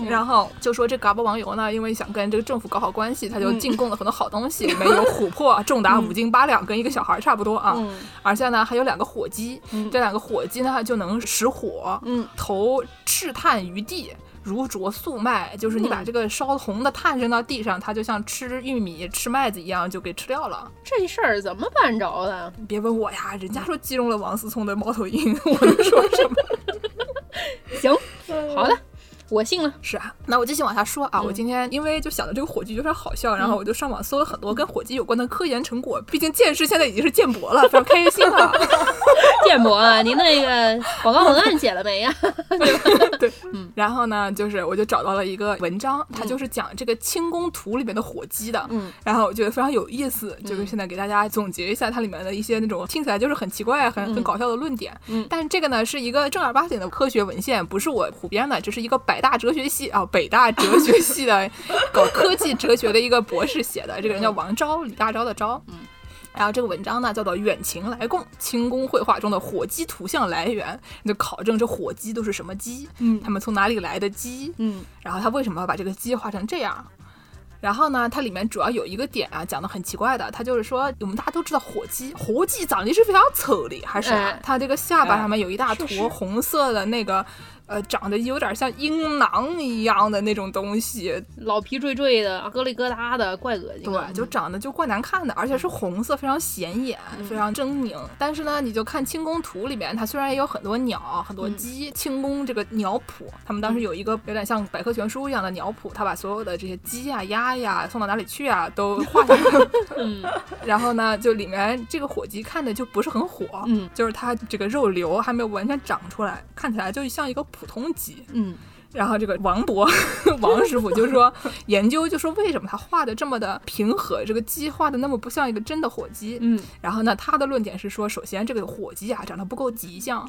[SPEAKER 1] 然后就说这嘎巴王油呢，因为想跟这个政府搞好关系，他就
[SPEAKER 2] 嗯
[SPEAKER 1] 进贡了很多好东西，里面有琥珀重达五斤八两，跟一个小孩儿差不多啊。
[SPEAKER 2] 嗯
[SPEAKER 1] 而且呢，还有两个火鸡，
[SPEAKER 2] 嗯
[SPEAKER 1] 这两个火鸡呢就能使火，
[SPEAKER 2] 嗯，
[SPEAKER 1] 头赤炭于地。如灼素麦，就是你把
[SPEAKER 2] 嗯
[SPEAKER 1] 这个烧红的炭扔到地上，它就像吃玉米、吃麦子一样，就给吃掉了。
[SPEAKER 2] 这事儿怎么办着的？
[SPEAKER 1] 别问我呀，人家说击中了王思聪的猫头鹰， 我能说什么？
[SPEAKER 2] 行，
[SPEAKER 1] 嗯
[SPEAKER 2] 好的，我信了。
[SPEAKER 1] 是啊，那我继续往下说啊。
[SPEAKER 2] 嗯
[SPEAKER 1] 我今天因为就想到这个火鸡有点好笑，然后我就上网搜了很多跟火鸡有关的科研成果。毕竟剑师现在已经是剑博了，非常开心啊。
[SPEAKER 2] 建博啊，您那个广告文案写了没呀？
[SPEAKER 1] 对，嗯然后呢，就是我就找到了一个文章，它就是讲这个清宫图里面的火鸡的，
[SPEAKER 2] 嗯，
[SPEAKER 1] 然后我觉得非常有意思，就是现在给大家总结一下它里面的一些那种听起来就是很奇怪、很很搞笑的论点，
[SPEAKER 2] 嗯
[SPEAKER 1] 但这个呢是一个正儿八经的科学文献，不是我胡编的，这是一个北大哲学系啊，北大哲学系的搞科技哲学的一个博士写的，这个人叫王昭，李大钊的钊，嗯。然后这个文章呢叫做《远秦来贡：清宫绘画中的火鸡图像来源》，你就考证这火鸡都是什么鸡，
[SPEAKER 2] 嗯
[SPEAKER 1] 他们从哪里来的鸡，
[SPEAKER 2] 嗯
[SPEAKER 1] 然后他为什么要把这个鸡画成这样？然后呢，它里面主要有一个点啊，讲的很奇怪的，它就是说，我们大家都知道火鸡，火鸡长得是非常丑的，还是、啊
[SPEAKER 2] 哎
[SPEAKER 1] 它这个下巴
[SPEAKER 3] 哎
[SPEAKER 1] 上面有一大
[SPEAKER 2] 是
[SPEAKER 1] 坨红色的那个，呃，长得有点像阴囊一样的那种东西，
[SPEAKER 2] 老皮坠坠的，啊疙里疙瘩的，怪恶心。啊
[SPEAKER 1] 对，就长得就怪难看的，而且是红色，非常显眼，非常狰狞。但是呢，你就看清宫图里面，它虽然也有很多鸟、很多鸡，清宫这个鸟谱，他们当时有一个有点像百科全书一样的鸟谱，他把所有的这些鸡呀、鸭呀送到哪里去啊都画上了。
[SPEAKER 2] 嗯
[SPEAKER 1] 然后呢，就里面这个火鸡看着就不是很火，
[SPEAKER 2] 嗯
[SPEAKER 1] 就是它这个肉瘤还没有完全长出来，看起来就像一个普通鸡。
[SPEAKER 2] 嗯
[SPEAKER 1] 然后这个王勃 王师傅就说， 研究就说为什么他画的这么的平和，这个鸡画的那么不像一个真的火鸡。
[SPEAKER 2] 嗯，
[SPEAKER 1] 然后呢，他的论点是说，首先这个火鸡啊长得不够吉祥，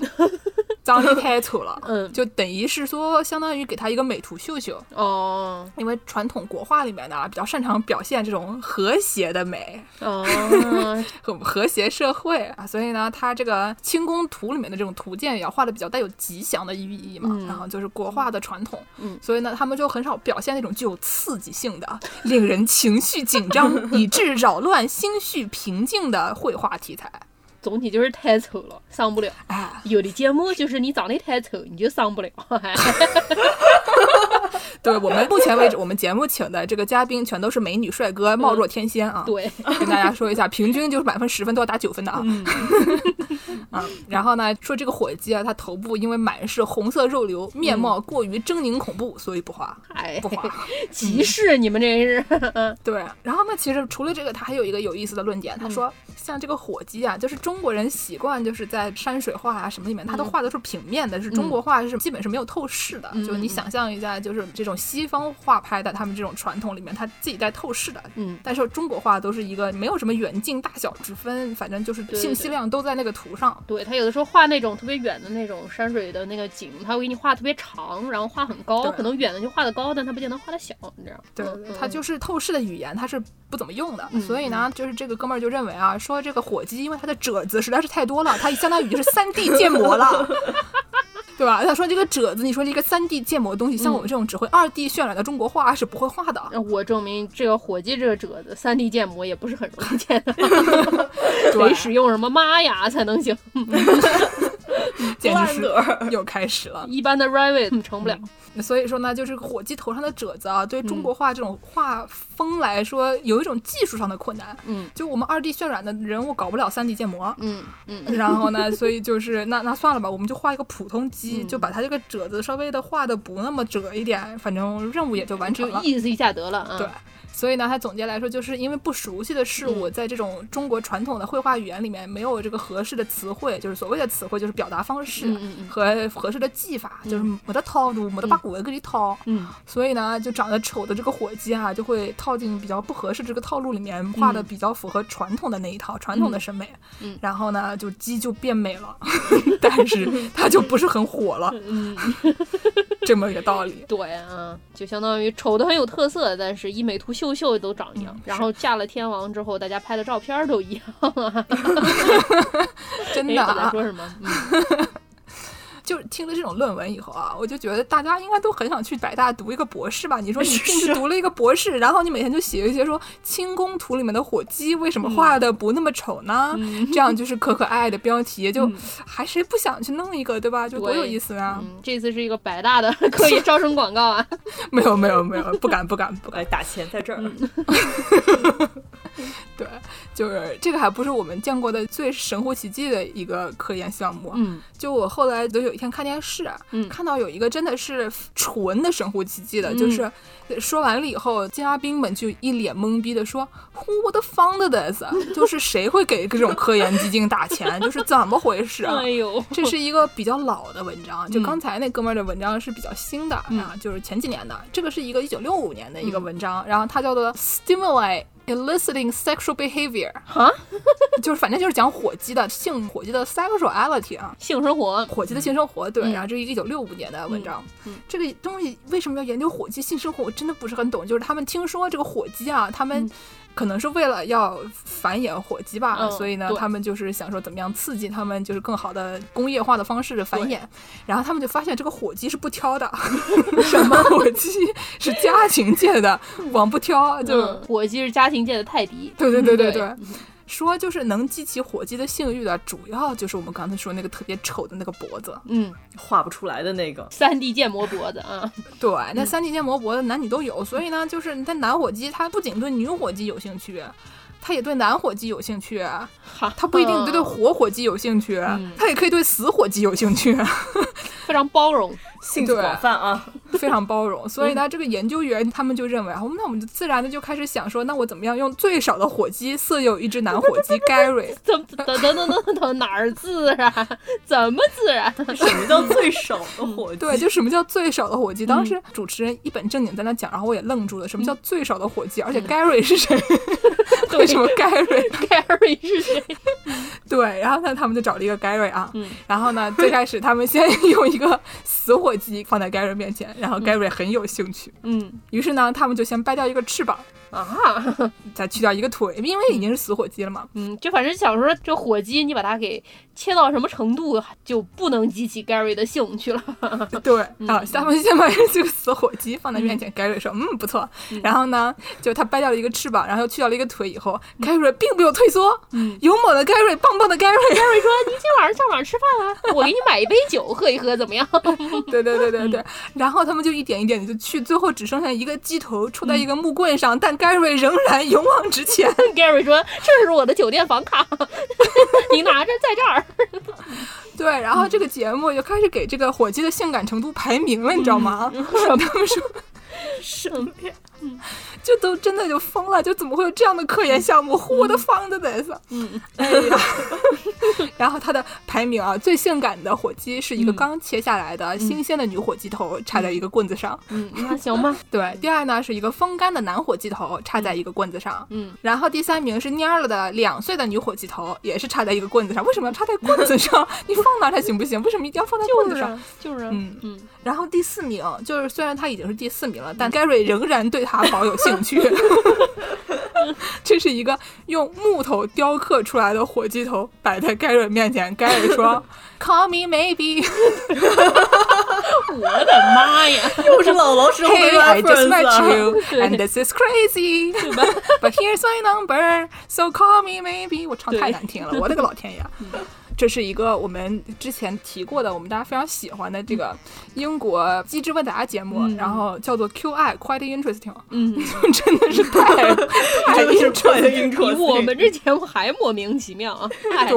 [SPEAKER 1] 长得太丑了，
[SPEAKER 2] 嗯
[SPEAKER 1] 就等于是说相当于给他一个美图秀秀。
[SPEAKER 2] 哦
[SPEAKER 1] 因为传统国画里面呢，比较擅长表现这种和谐的美，
[SPEAKER 2] 哦，
[SPEAKER 1] 和 和谐社会啊，所以呢，它这个清宫图里面的这种图鉴也要画的比较带有吉祥的寓意嘛，
[SPEAKER 2] 嗯
[SPEAKER 1] 然后就是国画的传统，
[SPEAKER 2] 嗯
[SPEAKER 1] 所以呢，他们就很少表现那种具有刺激性的、令人情绪紧 张以致扰乱心绪平静的绘画题材。
[SPEAKER 2] 总体就是太丑了，上不了。
[SPEAKER 1] 哎，
[SPEAKER 2] 有的节目就是你长得太丑，你就上不了。 哎
[SPEAKER 1] 对我们目前为止，我们节目请的这个嘉宾全都是美女帅哥，貌若天仙啊。
[SPEAKER 2] 对，
[SPEAKER 1] 跟大家说一下，平均就是满分十分都要打九分的啊。 啊，然后呢，说这个火鸡啊，它头部因为满是红色肉瘤，面貌过于狰狞恐怖，所以不滑。
[SPEAKER 2] 哎
[SPEAKER 1] 不，滑，
[SPEAKER 2] 歧视你们这是。
[SPEAKER 1] 对。然后呢，其实除了这个，他还有一个有意思的论点，他说，像这个火鸡啊，就是中国人习惯就是在山水画啊什么里面，他都画的是平面的，是中国画是基本是没有透视的。
[SPEAKER 2] 嗯
[SPEAKER 1] 就你想象一下，就是这种西方画派的他们这种传统里面，他自己带透视的，
[SPEAKER 2] 嗯，
[SPEAKER 1] 但是中国画都是一个没有什么远近大小之分，反正就是
[SPEAKER 2] 对
[SPEAKER 1] 信息量都在那个图上。
[SPEAKER 2] 对他有的时候画那种特别远的那种山水的那个景，他会给你画特别长，然后画很高，
[SPEAKER 1] 对
[SPEAKER 2] 可能远的就画的高，但他不见得画的小，你知道吗？
[SPEAKER 1] 对
[SPEAKER 2] 嗯，
[SPEAKER 1] 它
[SPEAKER 2] 嗯
[SPEAKER 1] 就是透视的语言，它是不怎么用的。
[SPEAKER 2] 嗯
[SPEAKER 1] 所以呢，就是这个哥们儿就认为啊，说这个火鸡，因为它的褶子实在是太多了，它相当于就是三 D 建模 了。对吧？他说这个褶子，你说这个三 D 建模的东西，
[SPEAKER 2] 嗯
[SPEAKER 1] 像我们这种只会二 D 渲染的中国画是不会画的。
[SPEAKER 2] 那我证明这个火鸡这个褶子，三 D 建模也不是很 容易建的，得
[SPEAKER 1] 对，
[SPEAKER 2] 使用什么玛雅才能行，嗯
[SPEAKER 1] 简直
[SPEAKER 3] 烂
[SPEAKER 1] 是
[SPEAKER 3] 梗 儿
[SPEAKER 1] 又开始了。
[SPEAKER 2] 一般的 Revit 成不了。
[SPEAKER 1] 所以说呢，就是火鸡头上的褶子啊，对中国画这种画风来说，有一种技术上的困难。
[SPEAKER 2] 嗯，
[SPEAKER 1] 就我们二 D 渲染的人物搞不了三 D 建 模。
[SPEAKER 2] 嗯嗯
[SPEAKER 1] 然后呢，所以就是那那算了吧，我们就画一个普通鸡，
[SPEAKER 2] 嗯
[SPEAKER 1] 就把它这个褶子稍微的画的不那么褶一点，反正任务也就完
[SPEAKER 2] 就
[SPEAKER 1] 成了。
[SPEAKER 2] 意思一下得了啊。
[SPEAKER 1] 对，所以呢，他总结来说，就是因为不熟悉的事物，
[SPEAKER 2] 嗯
[SPEAKER 1] 在这种中国传统的绘画语言里面，没有这个合适的词汇，就是所谓的词汇，就是表达方式
[SPEAKER 2] 嗯嗯
[SPEAKER 1] 和合适的技法，就是没得套路，没得把骨给你套。
[SPEAKER 2] 嗯
[SPEAKER 1] 所以呢，就长得丑的这个火鸡啊，就会套进比较不合适这个套路里面，画的比较符合传统的那一套，传统的审美。
[SPEAKER 2] 嗯
[SPEAKER 1] 然后呢，就鸡就变美 了，但是它就不是很火了，
[SPEAKER 2] 嗯，
[SPEAKER 1] 这么一个道理。
[SPEAKER 2] 对啊，就相当于丑的很有特色，但是一美图秀秀都长一样，
[SPEAKER 1] 嗯
[SPEAKER 2] 然后嫁了天王之后，大家拍的照片儿都一样。
[SPEAKER 1] 真
[SPEAKER 2] 哎，
[SPEAKER 1] 的、
[SPEAKER 2] 我
[SPEAKER 1] 啊
[SPEAKER 2] 在，说 什么？嗯
[SPEAKER 1] 就是听了这种论文以后啊，我就觉得大家应该都很想去北大读一个博士吧？你 说你进去
[SPEAKER 2] 啊
[SPEAKER 1] 读了一个博士，然后你每天就写一些说清宫图里面的火鸡为什么画的不那么丑呢？
[SPEAKER 2] 嗯
[SPEAKER 1] 这样就是可可爱爱的标题，就还谁不想去弄一个对吧？就多有
[SPEAKER 2] 对
[SPEAKER 1] 意思啊！
[SPEAKER 2] 嗯，这次是一个百大的可以招生广告啊。
[SPEAKER 1] 没有没有没有，不敢不敢不敢。
[SPEAKER 3] 哎，打钱在这儿，
[SPEAKER 1] 嗯对，就是这个还不是我们见过的最神乎其技的一个科研项目。啊
[SPEAKER 2] 嗯
[SPEAKER 1] 就我后来就有一天看电视，
[SPEAKER 2] 嗯
[SPEAKER 1] 看到有一个真的是纯的神乎其技的，就是说完了以后，嘉宾们就一脸懵逼的说，Who the found this？就是谁会给这种科研基金打 钱？就是怎么回事啊？
[SPEAKER 2] 哎呦，
[SPEAKER 1] 这是一个比较老的文章，就
[SPEAKER 2] 嗯
[SPEAKER 1] 刚才那哥们儿的文章是比较新的、啊，就是前几年的。这个是一个一九六五年的一个文
[SPEAKER 2] 嗯
[SPEAKER 1] 章，然后它叫做《Stimuli Eliciting Sexual Behavior》
[SPEAKER 2] 哈，
[SPEAKER 1] 就是反正就是讲火鸡的性火鸡的 sexuality 啊，
[SPEAKER 2] 性生活，
[SPEAKER 1] 火鸡的性生活。对，
[SPEAKER 2] 嗯
[SPEAKER 1] 然后这是一个一九六五年的文章。
[SPEAKER 2] 嗯嗯
[SPEAKER 1] 这个东西为什么要研究火鸡性生活？我真的不是很懂。就是他们听说这个火鸡啊，他们可能是为了要繁衍火鸡吧，
[SPEAKER 2] 嗯
[SPEAKER 1] 所以呢，
[SPEAKER 2] 对
[SPEAKER 1] 他们就是想说怎么样刺激他们，就是更好的工业化的方式的繁衍。然后他们就发现这个火鸡是不挑 的，什么火鸡是家禽界的，王不挑，就、
[SPEAKER 2] 嗯火鸡是家庭界的泰 迪，
[SPEAKER 1] 对对对对
[SPEAKER 2] 对
[SPEAKER 1] 对。说就是能激起火鸡的性欲的，主要就是我们刚才说那个特别丑的那个脖子。
[SPEAKER 2] 嗯，
[SPEAKER 3] 画不出来的那个，
[SPEAKER 2] 三 D 建模脖子啊，
[SPEAKER 1] 对，那三级建模脖子男女都有，所以呢，就是那男火鸡它不仅对女火鸡有兴趣，它也对男火鸡有兴趣，
[SPEAKER 2] 哈，
[SPEAKER 1] 它不一定
[SPEAKER 2] 嗯
[SPEAKER 1] 对对活火鸡有兴趣，
[SPEAKER 2] 嗯
[SPEAKER 1] 它也可以对死火鸡有兴趣，
[SPEAKER 2] 非常包容，
[SPEAKER 3] 兴趣
[SPEAKER 1] 对
[SPEAKER 3] 广泛啊，
[SPEAKER 1] 非常包容。所以呢，
[SPEAKER 2] 嗯
[SPEAKER 1] 这个研究员他们就认为，啊，那我们就自然的就开始想说，那我怎么样用最少的火鸡色诱一只男火 鸡 Gary？
[SPEAKER 2] 怎怎怎怎怎怎怎哪儿自然？ 怎么自然？
[SPEAKER 3] 什么叫最少的火鸡？
[SPEAKER 1] 嗯对，就什么叫最少的火鸡？当
[SPEAKER 2] 嗯
[SPEAKER 1] 时主持人一本正经在那讲，然后我也愣住了，什么叫最少的火鸡？
[SPEAKER 2] 嗯
[SPEAKER 1] 而且 Gary 是 谁？为什么 Gary？
[SPEAKER 2] Gary 是谁？
[SPEAKER 1] 对，然后呢，他们就找了一个 Gary 啊，
[SPEAKER 2] 嗯
[SPEAKER 1] 然后呢，最开始他们先用一个死火鸡放在 Gary 面前，然后 Gary 很有兴趣，
[SPEAKER 2] 嗯
[SPEAKER 1] 于是呢，他们就先掰掉一个翅膀，
[SPEAKER 2] 啊，
[SPEAKER 1] 再去掉一个腿，因为已经是死火鸡了嘛。
[SPEAKER 2] 嗯，就反正想说这火鸡，你把它给切到什么程度，就不能激起 Gary 的兴趣了。
[SPEAKER 1] 对啊，他们先把这个死火鸡放在面前，Gary 说嗯不错，然后呢，就他掰掉了一个翅膀，然后又去掉了一个腿以后，Gary 并没有退缩，勇猛的 Gary，棒棒的 Gary，
[SPEAKER 2] Gary 说：“你今晚上上哪儿吃饭啊？ 我给你买一杯酒喝一喝，怎么样？
[SPEAKER 1] 对对对对对，然后他们就一点一点的就去，最后只剩下一个鸡头戳在一个木棍上，但 Gary 仍然勇往直 前。
[SPEAKER 2] Gary 说：“这是我的酒店房卡， 你拿着，在这儿。
[SPEAKER 1] 对，然后这个节目就开始给这个火鸡的性感程度排名了，你知道吗？他们说。
[SPEAKER 3] 什么呀？
[SPEAKER 1] 就都真的就疯了，就怎么会有这样的科研项目？活的放的在上，嗯， 哎呀，然后它的排名啊，最性感的火鸡是一个刚切下来的新鲜的女火鸡头插在一个棍子上，”
[SPEAKER 2] 嗯，那行吧。
[SPEAKER 1] 对，第二呢是一个风干的男火鸡头插在一个棍子上，
[SPEAKER 2] 嗯，
[SPEAKER 1] 然后第三名是蔫儿了的两岁的女火鸡头，也是插在一个棍子上，为什么要插在棍子 上？你放哪儿它行不行？为什么一定要放在棍子
[SPEAKER 2] 就是
[SPEAKER 1] 上？
[SPEAKER 2] 啊，就是啊，
[SPEAKER 1] 嗯
[SPEAKER 2] 嗯，
[SPEAKER 1] 然后第四名就是，虽然他已经是第四名了，但 Gary 仍然对他保有兴 趣。这是一个用木头雕刻出来的火鸡头摆在 Gary 面前，Gary 说：“Call me maybe,
[SPEAKER 2] 我的妈呀！
[SPEAKER 3] 又是老老师后面
[SPEAKER 1] hey, I just met
[SPEAKER 3] 的 reference 啊
[SPEAKER 1] you, and this is crazy, but here's my number, so call me maybe。”我唱太难听了，我的个老天爷！ 这是一个我们之前提过的，我们大家非常喜欢的这个英国机智问答节目，
[SPEAKER 2] 嗯
[SPEAKER 1] 然后叫做 QI Quite Interesting，
[SPEAKER 2] 嗯，
[SPEAKER 1] 真的是太太
[SPEAKER 3] 真的是
[SPEAKER 1] interesting
[SPEAKER 3] 快的 intro，
[SPEAKER 2] 比我们这节目还莫名其妙啊！哎
[SPEAKER 1] 对，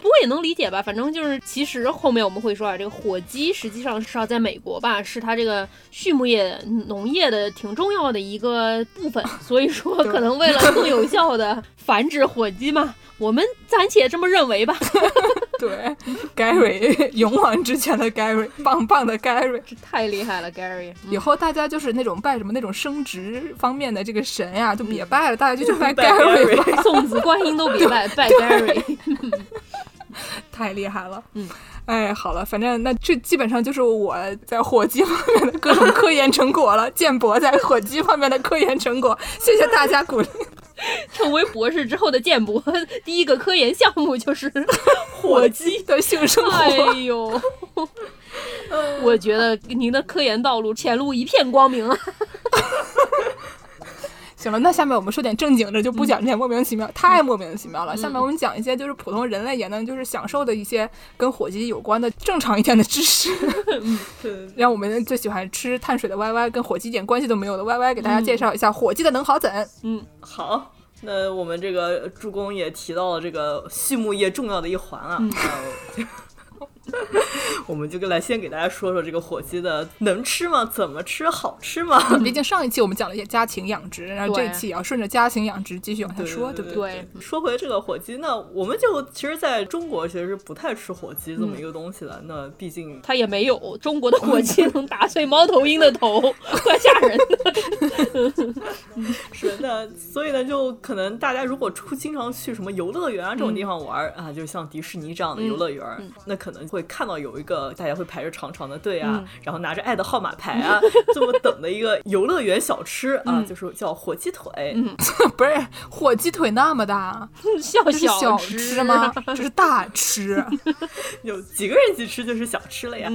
[SPEAKER 2] 不过也能理解吧，反正就是，其实后面我们会说啊，这个火鸡实际上是要在美国吧，是它这个畜牧业、农业的挺重要的一个部分， 所以说
[SPEAKER 1] 对
[SPEAKER 2] 可能为了更有效的繁殖火鸡嘛，我们暂且这么认为吧。
[SPEAKER 1] 对，Gary 勇往直前的 Gary，棒棒的 Gary。
[SPEAKER 2] 这太厉害了，Gary，嗯
[SPEAKER 1] 以后大家就是那种拜什么那种生殖方面的这个神呀、就别拜了，大家嗯就去拜
[SPEAKER 3] 拜
[SPEAKER 1] Gary 吧。
[SPEAKER 2] 送子观音都比拜拜 Gary，
[SPEAKER 1] 太厉害了。
[SPEAKER 2] 嗯，
[SPEAKER 1] 哎，好了，反正那这基本上就是我在火鸡方面的各种科研成果了。建博在火鸡方面的科研成果，谢谢大家鼓励。
[SPEAKER 2] 成为博士之后的建博 第一个科研项目 就是
[SPEAKER 1] 火鸡的性生活。
[SPEAKER 2] 哎呦， 我觉得您的科研道路前路一片光明啊！
[SPEAKER 1] 行了，那下面我们说点正经的，就不讲这些莫名其妙，太莫名其妙了。下面我们讲一些就是普通人类也能就是享受的一些跟火鸡有关的正常一点的知识，
[SPEAKER 3] 对
[SPEAKER 1] 让我们最喜欢吃碳水的 YY 跟火鸡一点关系都没有的 YY 给大
[SPEAKER 2] 嗯
[SPEAKER 1] 家介绍一下火鸡的能好怎。
[SPEAKER 3] 好。那我们这个助攻也提到了这个畜牧业重要的一环啊，
[SPEAKER 1] 嗯
[SPEAKER 3] 呃 我们就来先给大家说说这个火鸡的能吃吗？怎么吃？好吃吗？
[SPEAKER 1] 毕竟上一期我们讲了家禽养殖，然后这
[SPEAKER 2] 嗯对
[SPEAKER 1] 一期也要顺着家禽养殖继续往下说，对不对？
[SPEAKER 2] 对
[SPEAKER 3] 说回这个火鸡，那我们就其实在中国其实是不太吃火鸡这
[SPEAKER 1] 嗯
[SPEAKER 3] 么一个东西的。那毕竟
[SPEAKER 2] 他也没有中国的火鸡能打碎猫头鹰的 头，怪吓人的。
[SPEAKER 3] 是那，所以呢，就可能大家如果出经常去什么游乐园啊这种地方玩儿、啊，就像迪士尼这样的游乐园儿，那可能会会看到有一个大家会排着长长的队啊，然后拿着爱的号码牌啊，这么等的一个游乐园小吃啊，就是叫火鸡腿。
[SPEAKER 1] 不是火鸡腿那么大，
[SPEAKER 2] 笑
[SPEAKER 1] 这是小
[SPEAKER 2] 吃
[SPEAKER 1] 吃吗？这是大 吃。
[SPEAKER 3] 有几个人一起吃就是小吃了呀。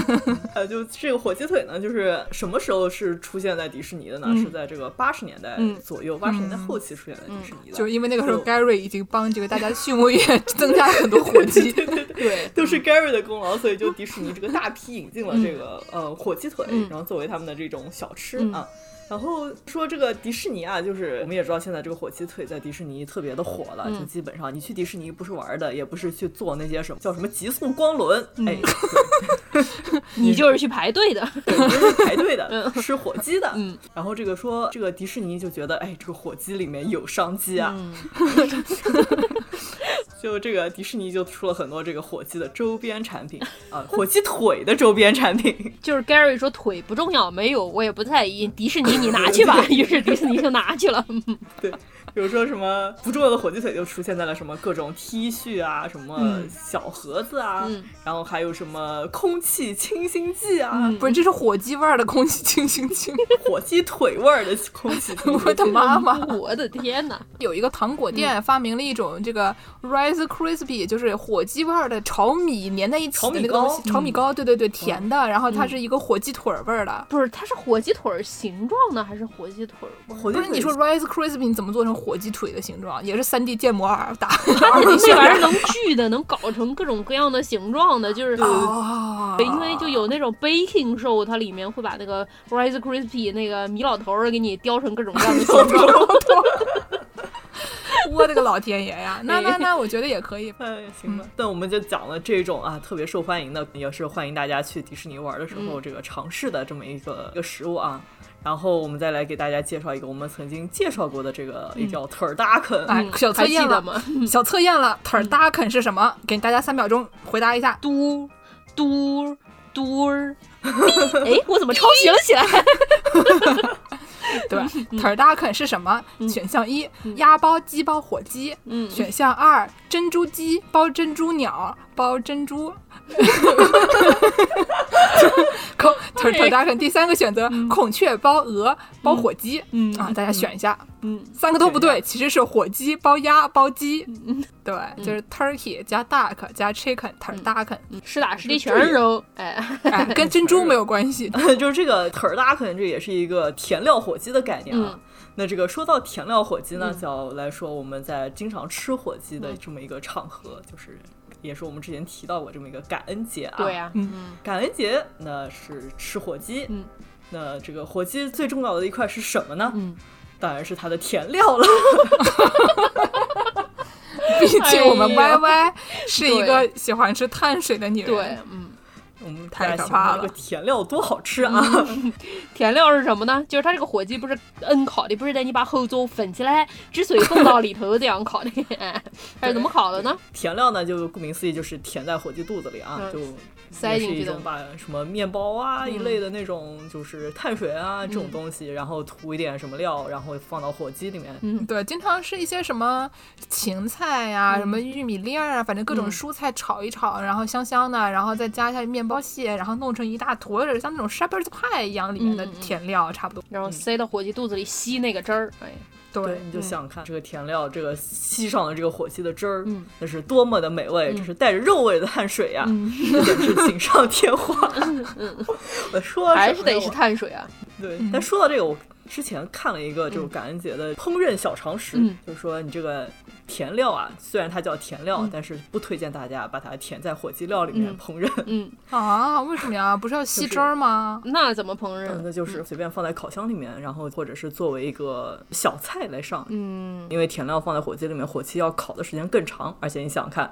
[SPEAKER 3] 呃，就这个火鸡腿呢，就是什么时候是出现在迪士尼的呢？是在这个八十年代左右，八十、年代后期出现在迪士尼的。
[SPEAKER 1] 就因为那个时候
[SPEAKER 3] 就
[SPEAKER 1] ，Gary 已经帮这个大家的畜牧业 增加了很多火鸡，
[SPEAKER 2] 对，
[SPEAKER 3] 都是 Gary 的功劳，所以就迪士尼这个大批引进了这个、呃火鸡腿，然后作为他们的这种小吃、啊。然后说这个迪士尼啊，就是我们也知道现在这个火鸡腿在迪士尼特别的火了，就基本上你去迪士尼不是玩的，也不是去坐那些什么叫什么极速光轮，哎，
[SPEAKER 2] 你就是去排队的，
[SPEAKER 3] 对，不是排队的，吃火鸡的。 然后这个说这个迪士尼就觉得，哎，这个火鸡里面有商机啊。
[SPEAKER 2] 嗯
[SPEAKER 3] 就这个迪士尼就出了很多这个火鸡的周边产品啊，火鸡腿的周边产品。
[SPEAKER 2] 就是 Gary 说腿不重要，没有我也不在意，迪士尼你拿去 吧，于是迪士尼就拿去 了，
[SPEAKER 3] 对，比如说什么不重要的火鸡腿就出现在了什么各种 T 恤啊，什
[SPEAKER 1] 嗯
[SPEAKER 3] 么小盒子啊，
[SPEAKER 2] 嗯
[SPEAKER 3] 然后还有什么空气清新剂啊，
[SPEAKER 1] 不是这是火鸡味儿的空气清新剂。
[SPEAKER 3] 火鸡腿味儿的空气清新剂。 嗯
[SPEAKER 1] 我的妈妈！
[SPEAKER 2] 我的天哪！
[SPEAKER 1] 有一个糖果店发明了一种这个 Rice Crispy，就是火鸡味儿的炒米粘在一起的那个东西，
[SPEAKER 3] 炒
[SPEAKER 1] 炒米糕，嗯对对对，甜的，然后它是一个火鸡腿儿味儿的。
[SPEAKER 2] 不是，它是火鸡腿儿形状呢，还是火鸡腿儿味儿？
[SPEAKER 3] 火鸡
[SPEAKER 1] 不是
[SPEAKER 3] 腿
[SPEAKER 1] 你说 Rice Crispy 你怎么做成火鸡腿的形状？啊也是3 D 建模二 打
[SPEAKER 2] 它那那玩意儿能锯的，能搞成各种各样的形状的，就是。
[SPEAKER 1] 哦
[SPEAKER 2] 因为就有那种 baking show，它里面会把那个 Rice Krispy 那个米老头儿给你雕成各种各样的形 状。
[SPEAKER 1] 我的个老天爷 呀！那那那，我觉得也可以。
[SPEAKER 3] 哎，
[SPEAKER 1] 嗯
[SPEAKER 3] 行吧，但我们就讲了这种啊特别受欢迎的，也是欢迎大家去迪士尼玩的时
[SPEAKER 1] 嗯
[SPEAKER 3] 候、这个尝试的这么一个一个食物啊。然后我们再来给大家介绍一个我们曾经介绍过的这个，也叫 t u r d a k e
[SPEAKER 1] 嗯
[SPEAKER 2] 嗯
[SPEAKER 1] 哎，小测
[SPEAKER 2] 还记
[SPEAKER 1] 验
[SPEAKER 2] 得
[SPEAKER 1] 了
[SPEAKER 2] 吗？
[SPEAKER 1] 嗯小测验了 t u r d a k e n 是什么？给大家三秒钟回答一下。
[SPEAKER 2] 嘟嘟嘟儿，哎，我怎么抄袭了起来？
[SPEAKER 1] 对吧 t u r d a k e n 是什么？选项一，鸭包、鸡包、火鸡；
[SPEAKER 2] 嗯，
[SPEAKER 1] 选项二，珍珠鸡包、珍珠鸟包、珍 珠。孔 t u r d a k e n 第三个选择，孔雀包鹅包火鸡。
[SPEAKER 2] 嗯
[SPEAKER 1] 啊，大家选一下，
[SPEAKER 2] 嗯，
[SPEAKER 1] 三个都不对，其实是火鸡包鸭包鸡。
[SPEAKER 2] 嗯
[SPEAKER 1] 对，就是 turkey 加 duck 加 chicken t u r d a k e n
[SPEAKER 2] 实打实的全嗯哦是肉，哎，
[SPEAKER 1] 哎，跟珍珠没有关 系。
[SPEAKER 3] 就是这个 t u r d a k e 这也是一个填料火鸡的概念啊。
[SPEAKER 2] 嗯
[SPEAKER 3] 那这个说到填料火鸡呢，就要来说我们在经常吃火鸡
[SPEAKER 2] 嗯
[SPEAKER 3] 的这么一个场合，就是也是我们之前提到过这么一个感恩节啊。
[SPEAKER 2] 对呀，嗯，
[SPEAKER 3] 感恩节那是吃火鸡，
[SPEAKER 2] 嗯
[SPEAKER 3] 那这个火鸡最重要的一块是什么呢？
[SPEAKER 2] 嗯，
[SPEAKER 3] 当然是它的填料了。
[SPEAKER 1] 毕竟我们
[SPEAKER 2] 哎
[SPEAKER 1] Y
[SPEAKER 2] 呦
[SPEAKER 1] Y 是一个喜欢吃碳水的女人。
[SPEAKER 2] 对，嗯，
[SPEAKER 3] 我们
[SPEAKER 1] 太
[SPEAKER 3] 大家
[SPEAKER 1] 可
[SPEAKER 3] 喜欢
[SPEAKER 1] 怕
[SPEAKER 3] 这
[SPEAKER 1] 了
[SPEAKER 3] 个填料多好吃啊！
[SPEAKER 2] 嗯 填料是什么呢？就是它这个火鸡不是嗯烤的，不是的，你把后周粉起来，汁水放到里头这样烤的，哎它是怎么烤的呢？
[SPEAKER 3] 填料呢，就顾名思义就是填在火鸡肚子里啊，
[SPEAKER 2] 嗯
[SPEAKER 3] 就
[SPEAKER 2] 塞进
[SPEAKER 3] 也
[SPEAKER 2] 去嗯
[SPEAKER 3] 是一
[SPEAKER 2] 的
[SPEAKER 3] 种把什么面包啊一类的那种就是碳水啊
[SPEAKER 2] 嗯
[SPEAKER 3] 这种东西，然后涂一点什么料，然后放到火鸡里面。
[SPEAKER 1] 对，经常是一些什么芹菜呀、什
[SPEAKER 3] 嗯
[SPEAKER 1] 么玉米粒儿啊，反正各种蔬菜炒一炒，然后香香的，然后再加一下面包屑，然后弄成一大坨，有点像那种 shepherd's pie 一样里
[SPEAKER 3] 嗯
[SPEAKER 1] 面的填料，差不多。
[SPEAKER 2] 然后塞到火鸡肚子里吸那个汁儿，哎，
[SPEAKER 1] 对
[SPEAKER 3] 对，，你就想想看这个填料，这个吸上了这个火鸡的汁儿，
[SPEAKER 2] 嗯
[SPEAKER 3] 那是多么的美味！这是带着肉味的汗水呀、
[SPEAKER 2] 嗯
[SPEAKER 3] 这简直锦上添 花。 我说什么呀
[SPEAKER 2] 还是得是
[SPEAKER 3] 我
[SPEAKER 2] 碳水啊，
[SPEAKER 3] 对，但说到这个，我之前看了一个就是感恩节的烹饪小常识，
[SPEAKER 2] 嗯
[SPEAKER 3] 就是说你这个填料啊，虽然它叫填料，但是不推荐大家把它填在火鸡料里面
[SPEAKER 2] 嗯
[SPEAKER 3] 烹饪，
[SPEAKER 2] 嗯，
[SPEAKER 1] 啊，为什么呀？不是要吸汁儿吗？
[SPEAKER 2] 那怎么烹
[SPEAKER 3] 那
[SPEAKER 2] 饪？
[SPEAKER 3] 就是随便放在烤箱里面，然后或者是作为一个小菜来上。
[SPEAKER 2] 嗯，
[SPEAKER 3] 因为填料放在火鸡里面，火鸡要烤的时间更长，而且你想想看。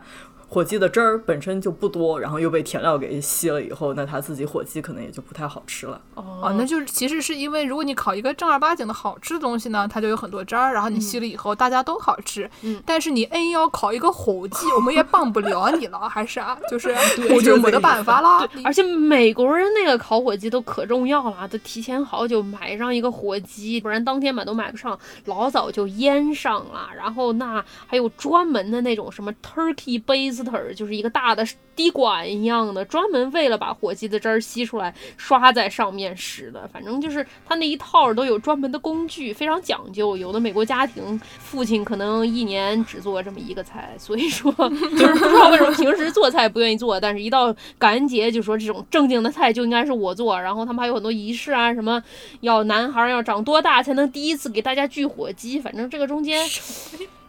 [SPEAKER 3] 火鸡的汁儿本身就不多，然后又被填料给吸了以后，那它自己火鸡可能也就不太好吃了。
[SPEAKER 1] 哦，那就是其实是因为，如果你烤一个正儿八经的好吃的东西呢，它就有很多汁儿，然后你吸
[SPEAKER 3] 嗯
[SPEAKER 1] 了以后、大家都好吃。
[SPEAKER 2] 嗯
[SPEAKER 1] 但是你硬要烤一个火鸡，我 们也帮不了你了，还是啊，就是
[SPEAKER 3] 对
[SPEAKER 1] 我
[SPEAKER 3] 就是
[SPEAKER 1] 就
[SPEAKER 3] 这
[SPEAKER 1] 没得
[SPEAKER 3] 个意
[SPEAKER 1] 办
[SPEAKER 3] 思
[SPEAKER 1] 法了。你
[SPEAKER 2] 而且美国人那个烤火鸡都可重要了，啊都提前好久买上一个火鸡，不然当天买都买不上，老早就腌上了。然后那还有专门的那种什么 turkey basil 斯特尔就是一个大的滴管一样的，专门为了把火鸡的汁儿吸出来刷在上面使的。反正就是他那一套都有专门的工具，非常讲究。有的美国家庭父亲可能一年只做这么一个菜，所以说 就是不知道为什么平时做菜不愿意做，但是一到感恩节就说这种正经的菜就应该是我做。然后他们还有很多仪式啊，什么要男孩要长多大才能第一次给大家锯火鸡，反正这个中间。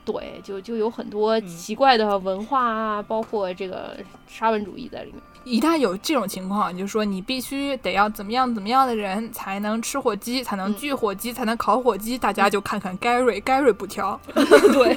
[SPEAKER 2] 对，就就有很多奇怪的文化啊，包括这个沙文主义在 里面。
[SPEAKER 1] 一旦有这种情况，你就说你必须得要怎么样怎么样的人才能吃火鸡，才能锯火鸡，才能烤火鸡，大家就看看 Gary，Gary 不挑。
[SPEAKER 2] 对，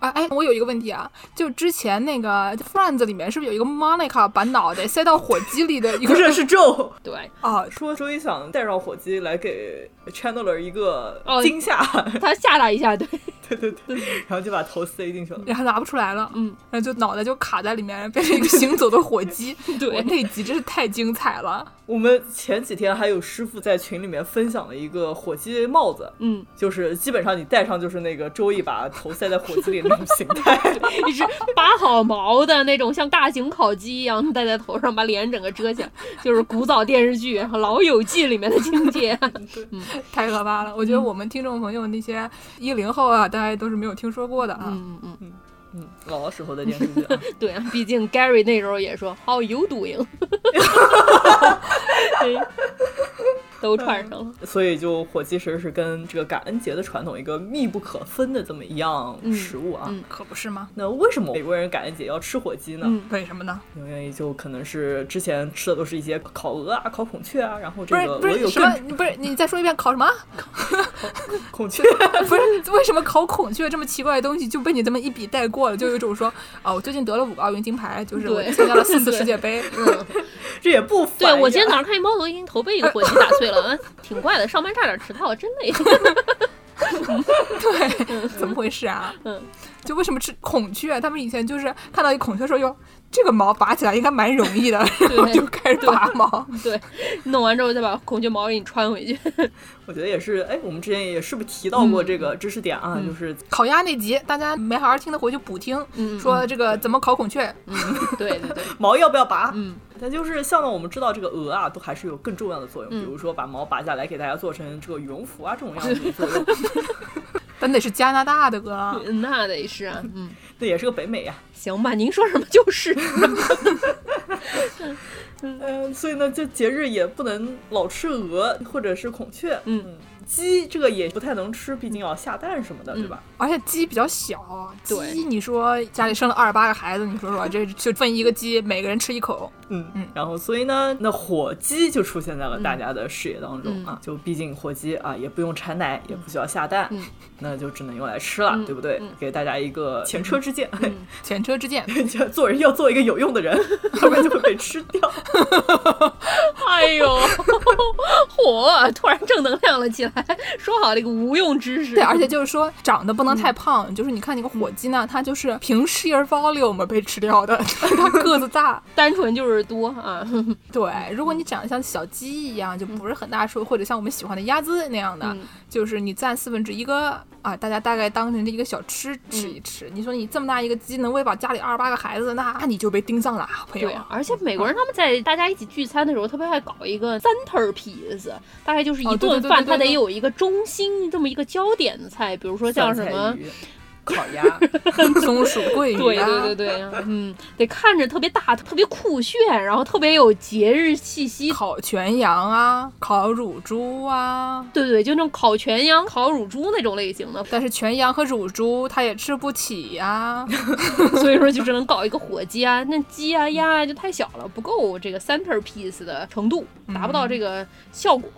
[SPEAKER 1] 啊，哎，我有一个问题啊，就之前那个《Friends》里面是不是有一个 Monica 把脑袋塞到火鸡里的一
[SPEAKER 3] 不
[SPEAKER 1] 个？
[SPEAKER 3] 是是 Joe
[SPEAKER 2] 对，
[SPEAKER 1] 啊，
[SPEAKER 3] 说周一想带上火鸡来给 Chandler 一个
[SPEAKER 2] 哦
[SPEAKER 3] 惊吓，
[SPEAKER 2] 他吓他一下，对，
[SPEAKER 3] 对对对，然后就把头塞进去了。
[SPEAKER 1] 然后拿不出来了，
[SPEAKER 2] 嗯，
[SPEAKER 1] 然后就脑袋就卡在里面，变成一个行走的火鸡。
[SPEAKER 2] 对
[SPEAKER 1] 我那集真是太精彩 了。
[SPEAKER 3] 我们前几天还有师傅在群里面分享了一个火鸡帽子，
[SPEAKER 2] 嗯，
[SPEAKER 3] 就是基本上你戴上就是那个周易把头塞在火鸡里那种形态。
[SPEAKER 2] 一只拔好毛的那种，像大型烤鸡一样戴在头上，把脸整个遮起来，就是古早电视剧《老友记》里面的情节。
[SPEAKER 1] 太可怕了！我觉得我们听众朋友那些一零后啊，大家都是没有听说过的啊。
[SPEAKER 2] 嗯嗯，
[SPEAKER 3] 嗯，姥姥时候的电视剧啊，
[SPEAKER 2] 对啊，毕竟 Gary 那时候也说 “How you doing”，哎都串上了。
[SPEAKER 3] 所以就火鸡其实是跟这个感恩节的传统一个密不可分的这么一样食物啊。
[SPEAKER 2] 嗯嗯
[SPEAKER 1] 可不是吗？
[SPEAKER 3] 那为什么美国人感恩节要吃火鸡呢？
[SPEAKER 2] 嗯
[SPEAKER 1] 为什么呢？
[SPEAKER 3] 因为就可能是之前吃的都是一些烤鹅啊、烤孔雀啊，然后这
[SPEAKER 1] 不是
[SPEAKER 3] 个
[SPEAKER 1] 不
[SPEAKER 3] 鹅
[SPEAKER 1] 是
[SPEAKER 3] 有
[SPEAKER 1] 什么
[SPEAKER 3] 更？
[SPEAKER 1] 不是你再说一遍烤什么？
[SPEAKER 3] 孔雀，
[SPEAKER 1] 不是为什么烤孔雀这么奇怪的东西就被你这么一笔带过了？就有一种说啊，我最近得了五个奥运金牌，就是我
[SPEAKER 2] 对
[SPEAKER 1] 参加了四次
[SPEAKER 2] 对
[SPEAKER 1] 世界杯。
[SPEAKER 2] 嗯，
[SPEAKER 3] 这也不啊烦
[SPEAKER 2] 对
[SPEAKER 3] 呀。
[SPEAKER 2] 我今天早上看见猫头鹰头被 一个火鸡打碎了，嗯挺怪的。上班差点迟到，真累。
[SPEAKER 1] 对，怎么回事啊？
[SPEAKER 2] 嗯，
[SPEAKER 1] 就为什么吃孔雀？他们以前就是看到一孔雀说哟，这个毛拔起来应该蛮容易的，然后就开始拔毛。
[SPEAKER 2] 对， 弄完之后再把孔雀毛给你穿回去。
[SPEAKER 3] 我觉得也是，哎，我们之前也是不是提到过这
[SPEAKER 2] 嗯
[SPEAKER 3] 个知识点啊？就是
[SPEAKER 1] 烤鸭那集大家没好好听的回去补听，
[SPEAKER 2] 嗯
[SPEAKER 1] 说这个怎么烤孔雀，
[SPEAKER 2] 对对对，
[SPEAKER 3] 毛要不要拔？
[SPEAKER 2] 嗯，
[SPEAKER 3] 但就是像我们知道这个鹅啊，都还是有更重要的作用，
[SPEAKER 2] 嗯
[SPEAKER 3] 比如说把毛拔下来给大家做成这个羽绒服啊这种 样子的作用，
[SPEAKER 1] 但得是加拿大的哥。
[SPEAKER 2] 嗯 那得是啊，嗯，
[SPEAKER 3] 那也是个北美啊呀、
[SPEAKER 2] 行吧，您说什么就是。
[SPEAKER 3] 嗯，所以呢，这节日也不能老吃鹅或者是孔雀，
[SPEAKER 2] 嗯
[SPEAKER 3] 鸡这个也不太能吃，毕竟要下蛋什么
[SPEAKER 2] 嗯
[SPEAKER 3] 的，对吧？
[SPEAKER 1] 而且鸡比较小，
[SPEAKER 2] 对
[SPEAKER 1] 鸡你说家里生了二十八个孩子，你说说 这就分一个鸡，每个人吃一口，
[SPEAKER 3] 嗯
[SPEAKER 1] 嗯
[SPEAKER 3] 然后所以呢，那火鸡就出现在了大家的视野当中
[SPEAKER 2] 嗯
[SPEAKER 3] 啊，就毕竟火鸡啊也不用产奶，也不需要下蛋，
[SPEAKER 2] 嗯
[SPEAKER 3] 那就只能用来吃了，
[SPEAKER 2] 嗯
[SPEAKER 3] 对不对？
[SPEAKER 2] 嗯
[SPEAKER 3] 给大家一个前车之鉴。
[SPEAKER 2] 嗯
[SPEAKER 1] 前车之 鉴。
[SPEAKER 3] 就做人要做一个有用的人， 要不然就会被吃掉。
[SPEAKER 2] 哎呦， 火！突然正能量了起来。说好的一个无用知识，
[SPEAKER 1] 对，而且就是说长得不能
[SPEAKER 2] 嗯
[SPEAKER 1] 太胖，就是你看那个火鸡呢，它就是凭 sheer volume 被吃掉的， 它个子大。
[SPEAKER 2] 单纯就是多啊。
[SPEAKER 1] 对，如果你长得像小鸡一样，就不是很大数，或者像我们喜欢的鸭子那样的，
[SPEAKER 2] 嗯
[SPEAKER 1] 就是你占四分之一个啊，大家大概当成这一个小吃吃
[SPEAKER 2] 嗯
[SPEAKER 1] 一吃。你说你这么大一个鸡能喂饱家里二十八个孩子，那你就被盯上了，啊，朋友
[SPEAKER 2] 对。，而且美国人他们在大家一起聚餐的时候，特别爱搞一个 center piece，大概就是
[SPEAKER 1] 哦
[SPEAKER 2] 一
[SPEAKER 1] 对对
[SPEAKER 2] 顿
[SPEAKER 1] 对
[SPEAKER 2] 饭
[SPEAKER 1] 对
[SPEAKER 2] 它
[SPEAKER 1] 对
[SPEAKER 2] 得有一个中心这么一个焦点的菜，比如 说像什么
[SPEAKER 3] 酸菜。鱼、 烤 鸭，
[SPEAKER 1] 松鼠桂鱼、啊，
[SPEAKER 2] 对对对对，嗯，得看着特别大、特别酷炫，然后特别有节日气息。
[SPEAKER 1] 烤全羊啊，烤乳猪啊。
[SPEAKER 2] 对对，就那种烤全羊、烤乳猪那种类型的，
[SPEAKER 1] 但是全羊和乳猪它也吃不起啊呀、
[SPEAKER 2] 所以说就只能搞一个火鸡啊，那鸡啊、鸭啊就太小了，不够这个 center piece 的程度，达不到这个效果。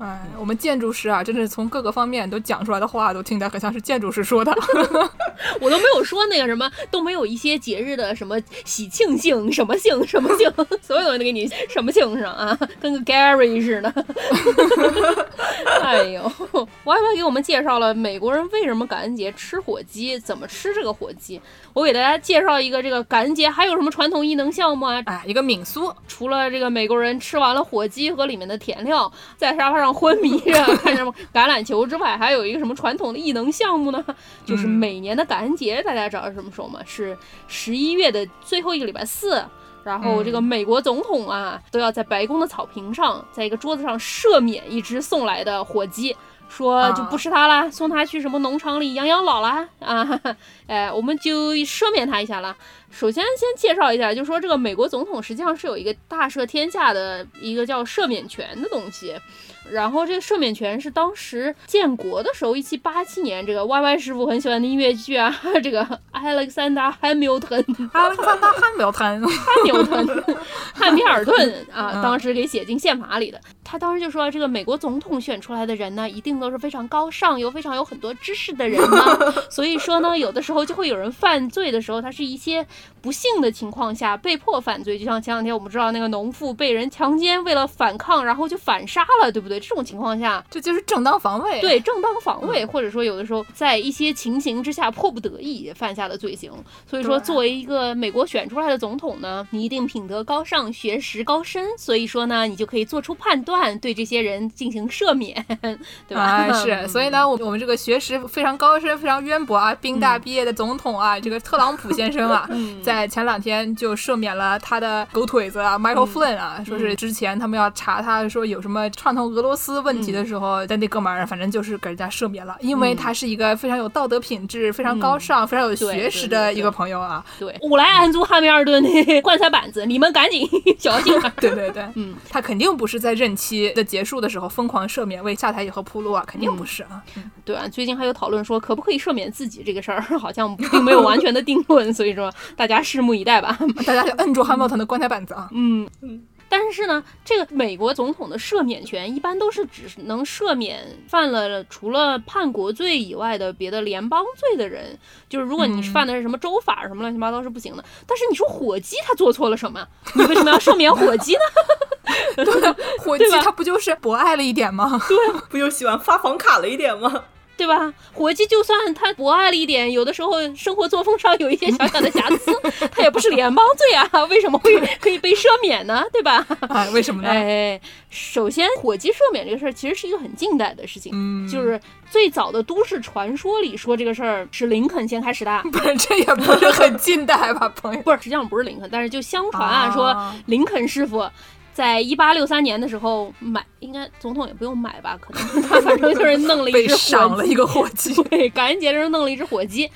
[SPEAKER 1] 哎，我们建筑师啊，真是从各个方面都讲出来的话，都听起来很像是建筑师 说的。
[SPEAKER 2] 我都没有说那个什么，都没有一些节日的什么喜庆性什么性什么性， 所有东西都给你什么性上啊，跟个 Gary 似的。 哎呦，我还给我们介绍了美国人为什么感恩节吃火鸡，怎么吃这个火鸡。我给大家介绍一个这个感恩节还有什么传统异能项目啊？
[SPEAKER 1] 哎，一个民宿，
[SPEAKER 2] 除了这个美国人吃完了火鸡和里面的甜料，在沙发上昏 迷着看什么橄榄球之外，还有一个什么传统的异能项目呢？就是每年的感恩节大家知道是什么时候吗？是十一月的最后一个礼拜四。然后这个美国总统啊，都要在白宫的草坪上，在一个桌子上赦免一只送来的火鸡，说就不吃它啦，送它去什么农场里养养老啦 啊，哈哈哎，我们就赦免它一下啦。首先先介绍一下，就说这个美国总统实际上是有一个大赦天下的一个叫赦免权的东西。然后这个赦免权是当时建国的时候，一七八七年，这个 Y Y 师傅很喜欢的音乐剧啊，这个亚历山大·汉密尔顿，
[SPEAKER 1] 阿克萨大汉没有贪，
[SPEAKER 2] 汉密尔顿，汉密尔顿啊，当时给写进宪法里的。他当时就说，这个美国总统选出来的人呢，一定都是非常高尚又非常有很多知识的人呢。所以说呢，有的时候就会有人犯罪的时候，他是一些不幸的情况下被迫犯罪，就像前两天我们知道那个农妇被人强奸，为了反抗，然后就反杀了，对不对？这种情况下，
[SPEAKER 1] 这就是正当防卫。，
[SPEAKER 2] 对正当防
[SPEAKER 1] 嗯
[SPEAKER 2] 卫，或者说有的时候在一些情形之下迫不得已犯下的罪行。所以说，
[SPEAKER 1] 对
[SPEAKER 2] 作为一个美国选出来的总统呢，你一定品德高尚、学识高深，所以说呢，你就可以做出判断，对这些人进行赦免，对吧？ 嗯
[SPEAKER 1] 啊，是，所以呢，我我们这个学识非常高深、非常渊博啊，宾
[SPEAKER 2] 嗯
[SPEAKER 1] 大毕业的总统啊，这个特朗普先生啊， 在前两天就赦免了他的狗腿子啊，Michael
[SPEAKER 2] 嗯
[SPEAKER 1] Flynn 啊，说是之前他们要查他说有什么串通俄罗斯问
[SPEAKER 2] 嗯
[SPEAKER 1] 题的时候，但那哥们儿反正就是给人家赦免了，因为
[SPEAKER 2] 嗯
[SPEAKER 1] 他是一个非常有道德品质、非常高尚、非常有学识的一个朋友啊，
[SPEAKER 2] 对，我来安住汉密尔顿的 棺材板子，你们赶紧 小心啊！
[SPEAKER 1] 对 对对，嗯，他肯定不是在任期的结束的时候疯狂赦免为下台以后铺路啊，肯定
[SPEAKER 2] 嗯
[SPEAKER 1] 不是啊，
[SPEAKER 2] 对啊，最近还有讨论说可不可以赦免自己这个事儿，好像并没有完全的定论，所以说大家拭目以待吧。
[SPEAKER 1] 大家就摁住汉密尔顿的棺材板子啊，
[SPEAKER 2] 嗯，但是呢，这个美国总统的赦免权一般都是只能赦免犯了除了叛国罪以外的别的联邦罪的人，就是如果你是犯的是什么州法什么乱七八糟是不行的。但是你说火鸡他做错了什么？ 你为什么要赦免火鸡呢？
[SPEAKER 1] 火鸡
[SPEAKER 2] 对吧
[SPEAKER 1] 它不就是博爱了一点吗？
[SPEAKER 3] 不就喜欢发房卡了一点吗？
[SPEAKER 2] 对吧？火鸡就算他博爱了一点，有的时候生活作风上有一些小小的瑕疵，他也不是联邦罪啊，为什么会可以被赦免呢？对吧？
[SPEAKER 1] 哎，为什么呢？
[SPEAKER 2] 哎，首先，火鸡赦免这个事儿其实是一个很近代的事情，
[SPEAKER 1] 嗯，
[SPEAKER 2] 就是最早的都市传说里说这个事儿是林肯先开始 的
[SPEAKER 1] 不是，这也不是很近代吧， 朋友？
[SPEAKER 2] 不是，实际上不是林肯，但是就相传啊，
[SPEAKER 1] 啊
[SPEAKER 2] 说林肯师傅。在一八六三年的时候买，应该总统也不用买吧，可能他反正就是弄 了一
[SPEAKER 1] 被
[SPEAKER 2] 只
[SPEAKER 1] 赏
[SPEAKER 2] 火
[SPEAKER 1] 了
[SPEAKER 2] 鸡，
[SPEAKER 1] 一个火鸡，
[SPEAKER 2] 对，感恩节的时候弄了一只火鸡，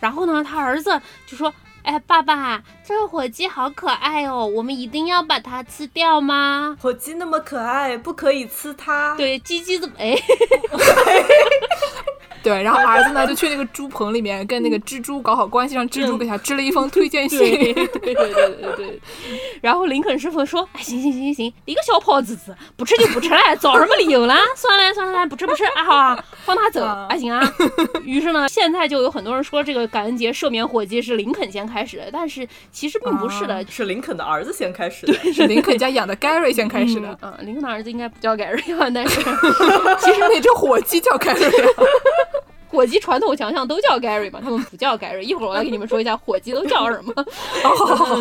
[SPEAKER 2] 然后呢，他儿子就说：“哎，爸爸，这个火鸡好可爱哦，我们一定要把它吃掉吗？”
[SPEAKER 3] 火鸡那么可爱，不可以吃它。，
[SPEAKER 2] 对，鸡鸡怎么哎？
[SPEAKER 1] 对，然后儿子呢就去那个猪棚里面跟那个蜘蛛搞好关系，让蜘
[SPEAKER 2] 嗯
[SPEAKER 1] 蛛给他织了一封推荐
[SPEAKER 2] 对
[SPEAKER 1] 信。
[SPEAKER 2] 对 对对对对。然后林肯师傅说：“哎，行行行行行，一个小跑子子，不吃就不吃了， 找什么理由啦？算了算了，不吃不吃啊，好啊，放他走，
[SPEAKER 1] 啊
[SPEAKER 2] 啊行 啊。”于是呢，现在就有很多人说这个感恩节赦免火鸡是林肯先开始的，但是其实并不是的。
[SPEAKER 3] 是林肯的儿子先开始的。
[SPEAKER 1] 是林肯家养的 Gary 先开始的
[SPEAKER 2] 嗯，，嗯林肯的儿子应该不叫盖瑞吧？ 但是嗯
[SPEAKER 1] 其实那只火鸡叫 Gary 啊。
[SPEAKER 2] 火鸡传统强项都叫 Gary 嘛，他们不叫 Gary。一会儿我来给你们说一下火鸡都叫什么。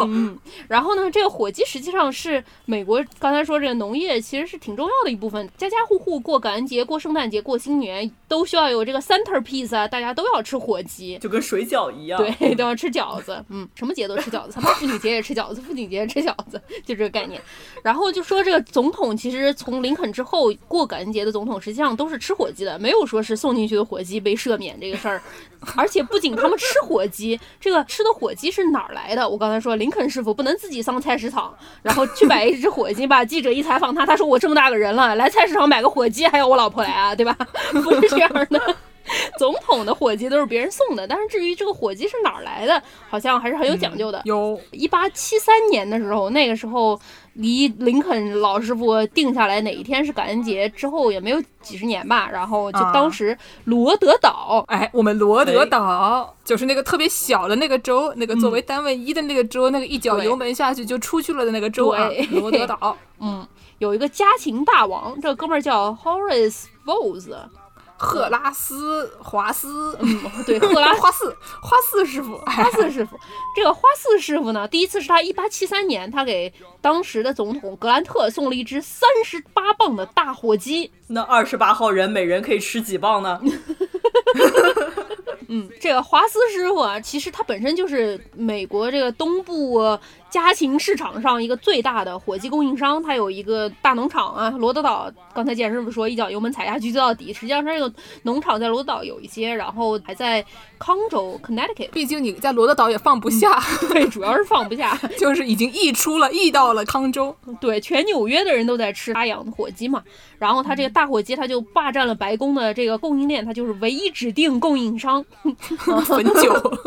[SPEAKER 2] 嗯，然后呢，这个火鸡实际上是美国刚才说这个农业其实是挺重要的一部分，家家户户过感恩节、过圣诞节、过新年都需要有这个 centerpiece 啊，大家都要吃火鸡。
[SPEAKER 3] 就跟水饺一样。
[SPEAKER 2] 对， 都要吃饺子，嗯，什么节都吃饺子，他们妇女节也吃饺子，父亲节也吃饺子，就这个概念。然后就说这个总统，其实从林肯之后过感恩节的总统，实际上都是吃火鸡的，没有说是送进去的火鸡被赦免这个事儿。而且不仅他们吃火鸡，这个吃的火鸡是哪儿来的？我刚才说林肯师傅不能自己上菜市场，然后去买一只火鸡吧。记者一采访他，他说我这么大个人了， 来菜市场买个火鸡还要我老婆来啊，对吧？ 不是这样的。 总统的火鸡都是别人送的，但是至于这个火鸡是哪儿来的，好像还是很有讲究的。
[SPEAKER 1] 嗯有
[SPEAKER 2] 一八七三年的时候，那个时候离林肯老师傅定下来哪一天是感恩节之后也没有几十年吧，然后就
[SPEAKER 1] 啊
[SPEAKER 2] 当时罗德岛。
[SPEAKER 1] 哎，我们罗德岛就是那个特别小的那个州，那个作为单位一的那个州，那个一脚
[SPEAKER 2] 嗯对
[SPEAKER 1] 油门下去就出去了的那个州啊
[SPEAKER 2] 对，
[SPEAKER 1] 罗德岛。
[SPEAKER 2] 嗯，有一个家禽大王，这个哥们儿叫 Horace Vose，
[SPEAKER 1] 赫拉斯华斯，
[SPEAKER 2] 嗯， 对，赫拉
[SPEAKER 1] 花四花四师傅，哎
[SPEAKER 2] 花四师傅。这个花四师傅呢，第一次是他一八七三年，他给当时的总统格兰特送了一只三十八磅的大火鸡，
[SPEAKER 3] 那二十八号人每人可以吃几磅呢？
[SPEAKER 2] 嗯，这个华斯师傅啊，其实他本身就是美国这个东部家禽市场上一个最大的火鸡供应商，他有一个大农场啊，罗德岛。刚才健师傅说一脚油门踩下去就到底，实际上他这个农场在罗德岛有一些，然后还在康州 （Connecticut）。
[SPEAKER 1] 毕竟你在罗德岛也放不下，
[SPEAKER 2] 对，主要是放不下。
[SPEAKER 1] 就是已经溢出了，溢到了康 州。
[SPEAKER 2] 对，全纽约的人都在吃他养的火鸡嘛。然后他这个大火鸡，他就霸占了白宫的这个供应链，他就是唯一指定供应商。哦
[SPEAKER 1] 汾酒，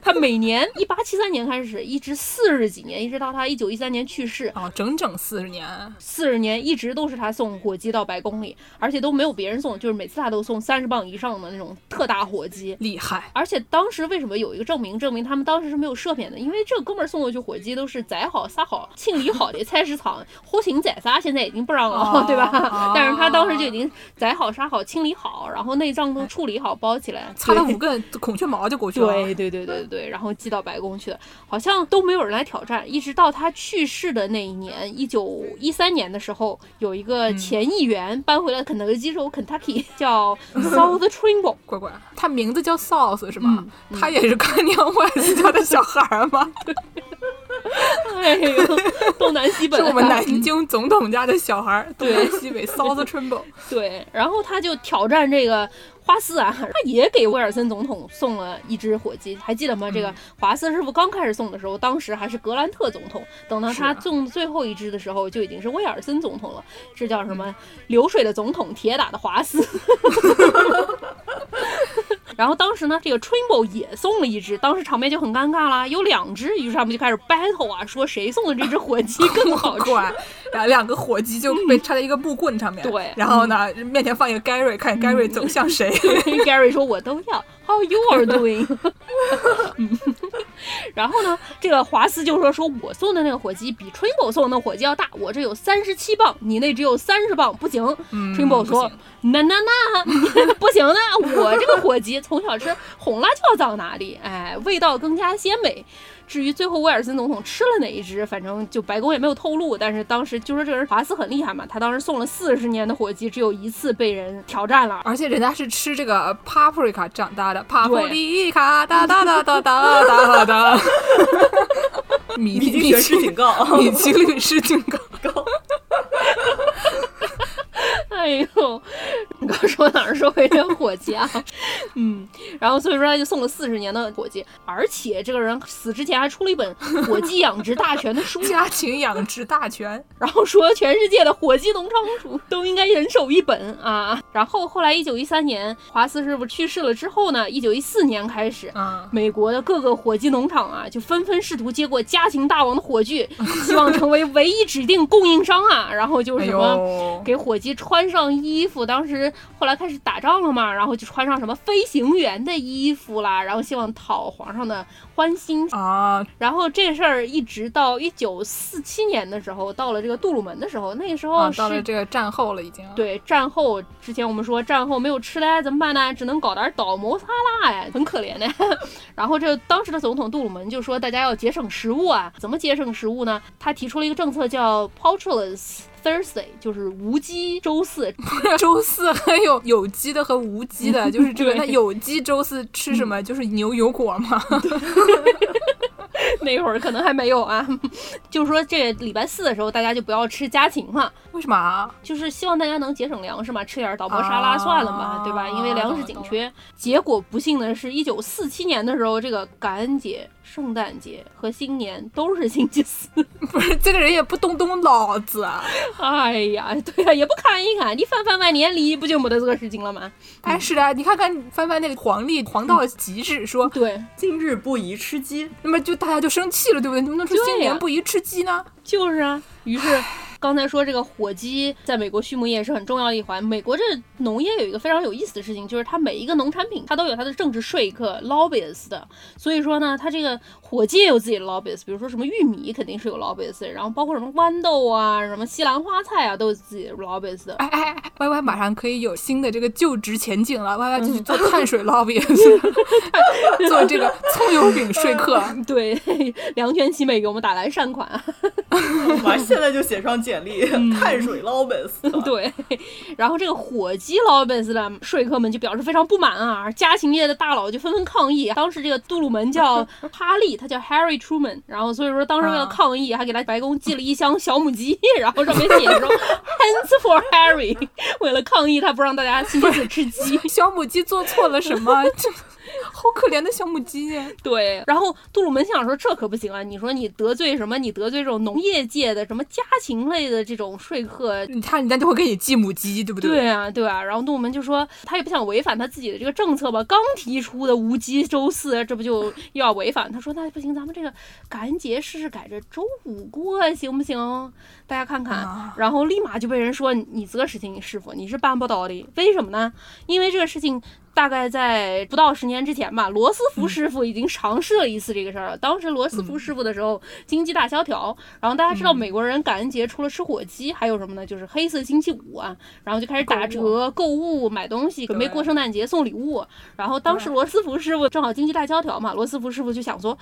[SPEAKER 2] 他每年一八七三年开始，一直四十几年，一直到他一九一三年去世，
[SPEAKER 1] 哦，整整四十年，
[SPEAKER 2] 四十年一直都是他送火鸡到白宫里，而且都没有别人送，就是每次他都送三十磅以上的那种特大火鸡。
[SPEAKER 1] 厉害。
[SPEAKER 2] 而且当时为什么有一个证明证明他们当时是没有赦免的？因为这个哥们儿送过去火鸡都是宰好、杀好、 清理好的菜市场，活禽宰杀现在已经不让了，
[SPEAKER 1] 哦
[SPEAKER 2] 对吧
[SPEAKER 1] 哦？
[SPEAKER 2] 但是他当时就已经宰好、杀好、清理好，然后内脏都处理好、包起来，
[SPEAKER 1] 擦了
[SPEAKER 2] 对
[SPEAKER 1] 五个孔雀毛就过去了。
[SPEAKER 2] 对对对对对，然后寄到白宫去的，好像都没有人来挑战，一直到他去世的那一年，一九一三年的时候，有一个前议员搬回了肯德基州 （Kentucky），叫 South Trimble。
[SPEAKER 1] 乖乖，他名字叫 Sauce 是吗？
[SPEAKER 2] 嗯
[SPEAKER 1] 他也是干娘外子家的小孩儿 吗？
[SPEAKER 2] 哎呦，东南西北
[SPEAKER 1] 是
[SPEAKER 2] 啊，
[SPEAKER 1] 我 们南京总统家的小孩儿，东
[SPEAKER 2] 对
[SPEAKER 1] 南 西北 Sauce Trimble。
[SPEAKER 2] 对，然后他就挑战这个花斯啊，他也给威尔森总统送了一只火鸡，还记得吗？
[SPEAKER 1] 嗯
[SPEAKER 2] 这个华斯师傅刚开始送的时候，当时还是格兰特总统，等到
[SPEAKER 1] 是
[SPEAKER 2] 他
[SPEAKER 1] 啊
[SPEAKER 2] 送最后一只的时候，就已经是威尔森总统了。这叫什
[SPEAKER 1] 嗯
[SPEAKER 2] 么？流水的总统，铁打的 华斯。然后当时呢，这个 Trimble 也送了一只，当时场面就很尴尬啦，有两只，于是他们就开始 battle 啊，说谁送的这只火鸡更好 吃。嗯
[SPEAKER 1] 乖，然后两个火鸡就被插在一个木棍上面。
[SPEAKER 2] 对嗯
[SPEAKER 1] 然后呢，面前放一个 Gary，看 Gary 走向 谁。
[SPEAKER 2] Gary 说：“我都要。”How you are doing？嗯 然后呢，这个华斯就说：“说我送的那个火鸡比 Trimble 送的火鸡要大，我这有三十七磅，你那只有三十磅，不行。
[SPEAKER 1] 嗯
[SPEAKER 2] Trimble 说：“那那那不行的，我这个火鸡从小吃红辣椒长大的，哎，味道更加鲜美。”至于最后威尔森总统吃了哪一只，反正就白宫也没有透露。但是当时就说这个人华斯很厉害嘛，他当时送了四十年的火鸡，只有一次被人挑战了，
[SPEAKER 1] 而且人家是吃这个呃 paprika 长大的，paprika 哒哒哒哒哒哒哒 哒，米
[SPEAKER 3] 米
[SPEAKER 1] 米
[SPEAKER 3] 津玄师
[SPEAKER 1] 其
[SPEAKER 3] 警告，
[SPEAKER 1] 米其律师警告，，
[SPEAKER 2] 哎呦，你刚说哪儿？说回这火鸡啊，嗯，然后所以说他就送了四十年的火鸡，而且这个人死之前还出了一本《火鸡养殖大全》的书
[SPEAKER 1] 家禽养殖大全。
[SPEAKER 2] 然后说全世界的火鸡农场主都应该人手一本啊。然后后来一九一三年华斯师傅去世了之后呢，一九一四年开始。
[SPEAKER 1] 嗯，
[SPEAKER 2] 美国的各个火鸡农场啊，就纷纷试图接过家禽大王的火炬，希望成为唯一指定供应商啊。然后就是
[SPEAKER 1] 哎
[SPEAKER 2] 什么
[SPEAKER 1] 呦，
[SPEAKER 2] 给火鸡穿上衣服，当时后来开始打仗了嘛，然后就穿上什么飞行员的衣服啦，然后希望讨皇上的欢心。
[SPEAKER 1] 啊，
[SPEAKER 2] 然后这事儿一直到一九四七年的时候，到了这个杜鲁门的时候，那个时候
[SPEAKER 1] 啊，
[SPEAKER 2] 是、
[SPEAKER 1] 到了这啊个战后了已经。，
[SPEAKER 2] 对战后之前我们说战后没有吃的哎怎么办呢？只能搞点倒谋沙拉呀，很可怜的。 然后这当时的总统杜鲁门就说大家要节省食物啊，怎么节省食物呢？他提出了一个政策叫 Poultryless Thursday，就是无鸡周四，
[SPEAKER 1] 周四还有有机的和无机 的，就是这个。
[SPEAKER 2] 对
[SPEAKER 1] 那有机周四吃什么？就是牛油果嘛。
[SPEAKER 2] 那会儿可能还没有啊，就是说这礼拜四的时候，大家就不要吃家禽了，
[SPEAKER 1] 为什么啊？
[SPEAKER 2] 就是希望大家能节省粮食嘛，吃点儿导播沙拉算了
[SPEAKER 1] 啊
[SPEAKER 2] 嘛，对吧？因为粮食紧缺。结果不幸的是，一九四七年的时候，这个感恩节、圣诞节和新年都是星期四。
[SPEAKER 1] 不是 这个人也不动动脑子啊。
[SPEAKER 2] 哎呀，对呀、也不看一看，你翻翻万年历，不就没得这个事情了吗？
[SPEAKER 1] 哎，是的，你看看翻翻那个黄历黄到极致说，
[SPEAKER 2] 对，
[SPEAKER 3] 今日不宜吃鸡，
[SPEAKER 1] 那么就大家就生气了，对不对？你们能说
[SPEAKER 2] 对呀
[SPEAKER 1] 新年不宜吃鸡呢？
[SPEAKER 2] 就是啊，于是。刚才说这个火鸡在美国畜牧业是很重要的一环。美国这农业有一个非常有意思的事情，就是它每一个农产品它都有它的政治说客 lobbyist 的，所以说呢，它这个火鸡也有自己的 lobbyist，比如说什么玉米肯定是有 lobbyist，的然后包括什么豌豆啊、什么西兰花菜啊，都有自己的 lobbyist 的。
[SPEAKER 1] 哎哎哎，Y Y 马上可以有新的这个就职前景了，Y Y 就去做碳水 lobby，做这个葱油饼说 客。
[SPEAKER 2] 对，两全其美给我们打来善款啊！
[SPEAKER 3] 马上现在就写上简历，碳水捞本死 了。
[SPEAKER 2] 对，然后这个火鸡老本斯的说客们就表示非常不满啊，家禽业的大佬就纷纷抗议。当时这个杜鲁门叫哈利，他叫 Harry Truman，然后所以说当时为了抗议，还给他白宫寄了一箱小母鸡，然后上面写着 “Hands for Harry”，为了抗议他不让大家星期四吃鸡。
[SPEAKER 1] 小母鸡做错了什么？ 就好可怜的小母鸡呀！
[SPEAKER 2] 对，然后杜鲁门心想说这可不行啊！你说你得罪什么？你得罪这种农业界的什么家禽类的这种说客，
[SPEAKER 1] 你看人家就会给你寄母鸡，对不对？
[SPEAKER 2] 对啊，对啊。然后杜鲁门就说他也不想违反他自己的这个政策吧，刚提出的无鸡周四，这不就又要违反？他说那不行，咱们这个感恩节试试改着周五过行不行？大家看看。
[SPEAKER 1] 啊
[SPEAKER 2] 然后立马就被人说你你这个事情师傅你是办不到的，为什么呢？因为这个事情大概在不到十年之前吧，罗斯福师傅已经尝试了一次这个事儿了。当时罗斯福师傅的时候，经济大萧条，然后大家知道美国人感恩节除了吃火鸡，还有什么呢？就是黑色星期五啊，然后就开始打折、购物、买东西，准备过圣诞节送礼物。然后当时罗斯福师傅正好经济大萧条嘛，罗斯福师傅就想说。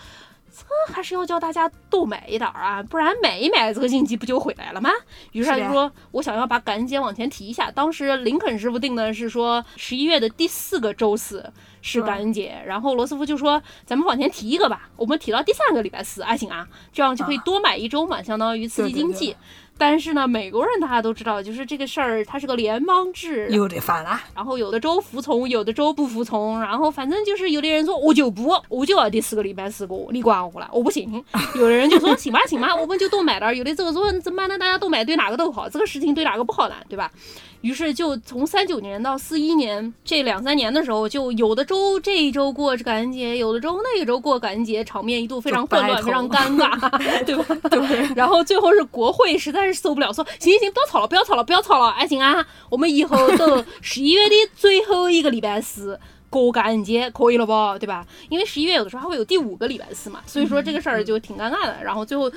[SPEAKER 2] 这还是要教大家多买一点儿啊，不然买一买这个星期不就回来了吗？于是他
[SPEAKER 1] 是
[SPEAKER 2] 就
[SPEAKER 1] 的
[SPEAKER 2] 说，我想要把感恩节往前提一下。当时林肯师傅定的是说十一月的第四个周四
[SPEAKER 1] 嗯
[SPEAKER 2] 是感恩节，然后罗斯福就说，咱们往前提一个吧，我们提到第三个礼拜四，啊行啊，这样就可以多买一周嘛，相当于刺激
[SPEAKER 1] 对对
[SPEAKER 2] 经济。但是呢，美国人大家都知道，就是这个事儿，它是个联邦制，
[SPEAKER 1] 又得反了，
[SPEAKER 2] 然后有的州服从，有的州不服从，然后反正就是有的人说我就不，我就要第四个礼拜四过，你管我了，我 不行。有的人就说行吧行吧，我们就都买点儿。有的这个说怎么办呢？大家都买对哪个都好，这个事情对哪个不好呢？对吧？于是就从三九年到四一年这两三年的时候，就有的州这一周过感恩节，有的州那个周过感恩节，场面一度非常混乱，
[SPEAKER 1] 就
[SPEAKER 2] 非
[SPEAKER 1] 掰
[SPEAKER 2] 常
[SPEAKER 1] 头
[SPEAKER 2] 尴尬， 对吧？对。然后最后是国会实在是受不了，说行行行，不要吵了，不要吵了，不要吵了，哎行啊，我们以后等十一月的最后一个礼拜四。过感恩节可以了吧，对吧？因为十一月有的时候还会有第五个礼拜四嘛，所以说这个事儿就挺尴尬的。然后最后，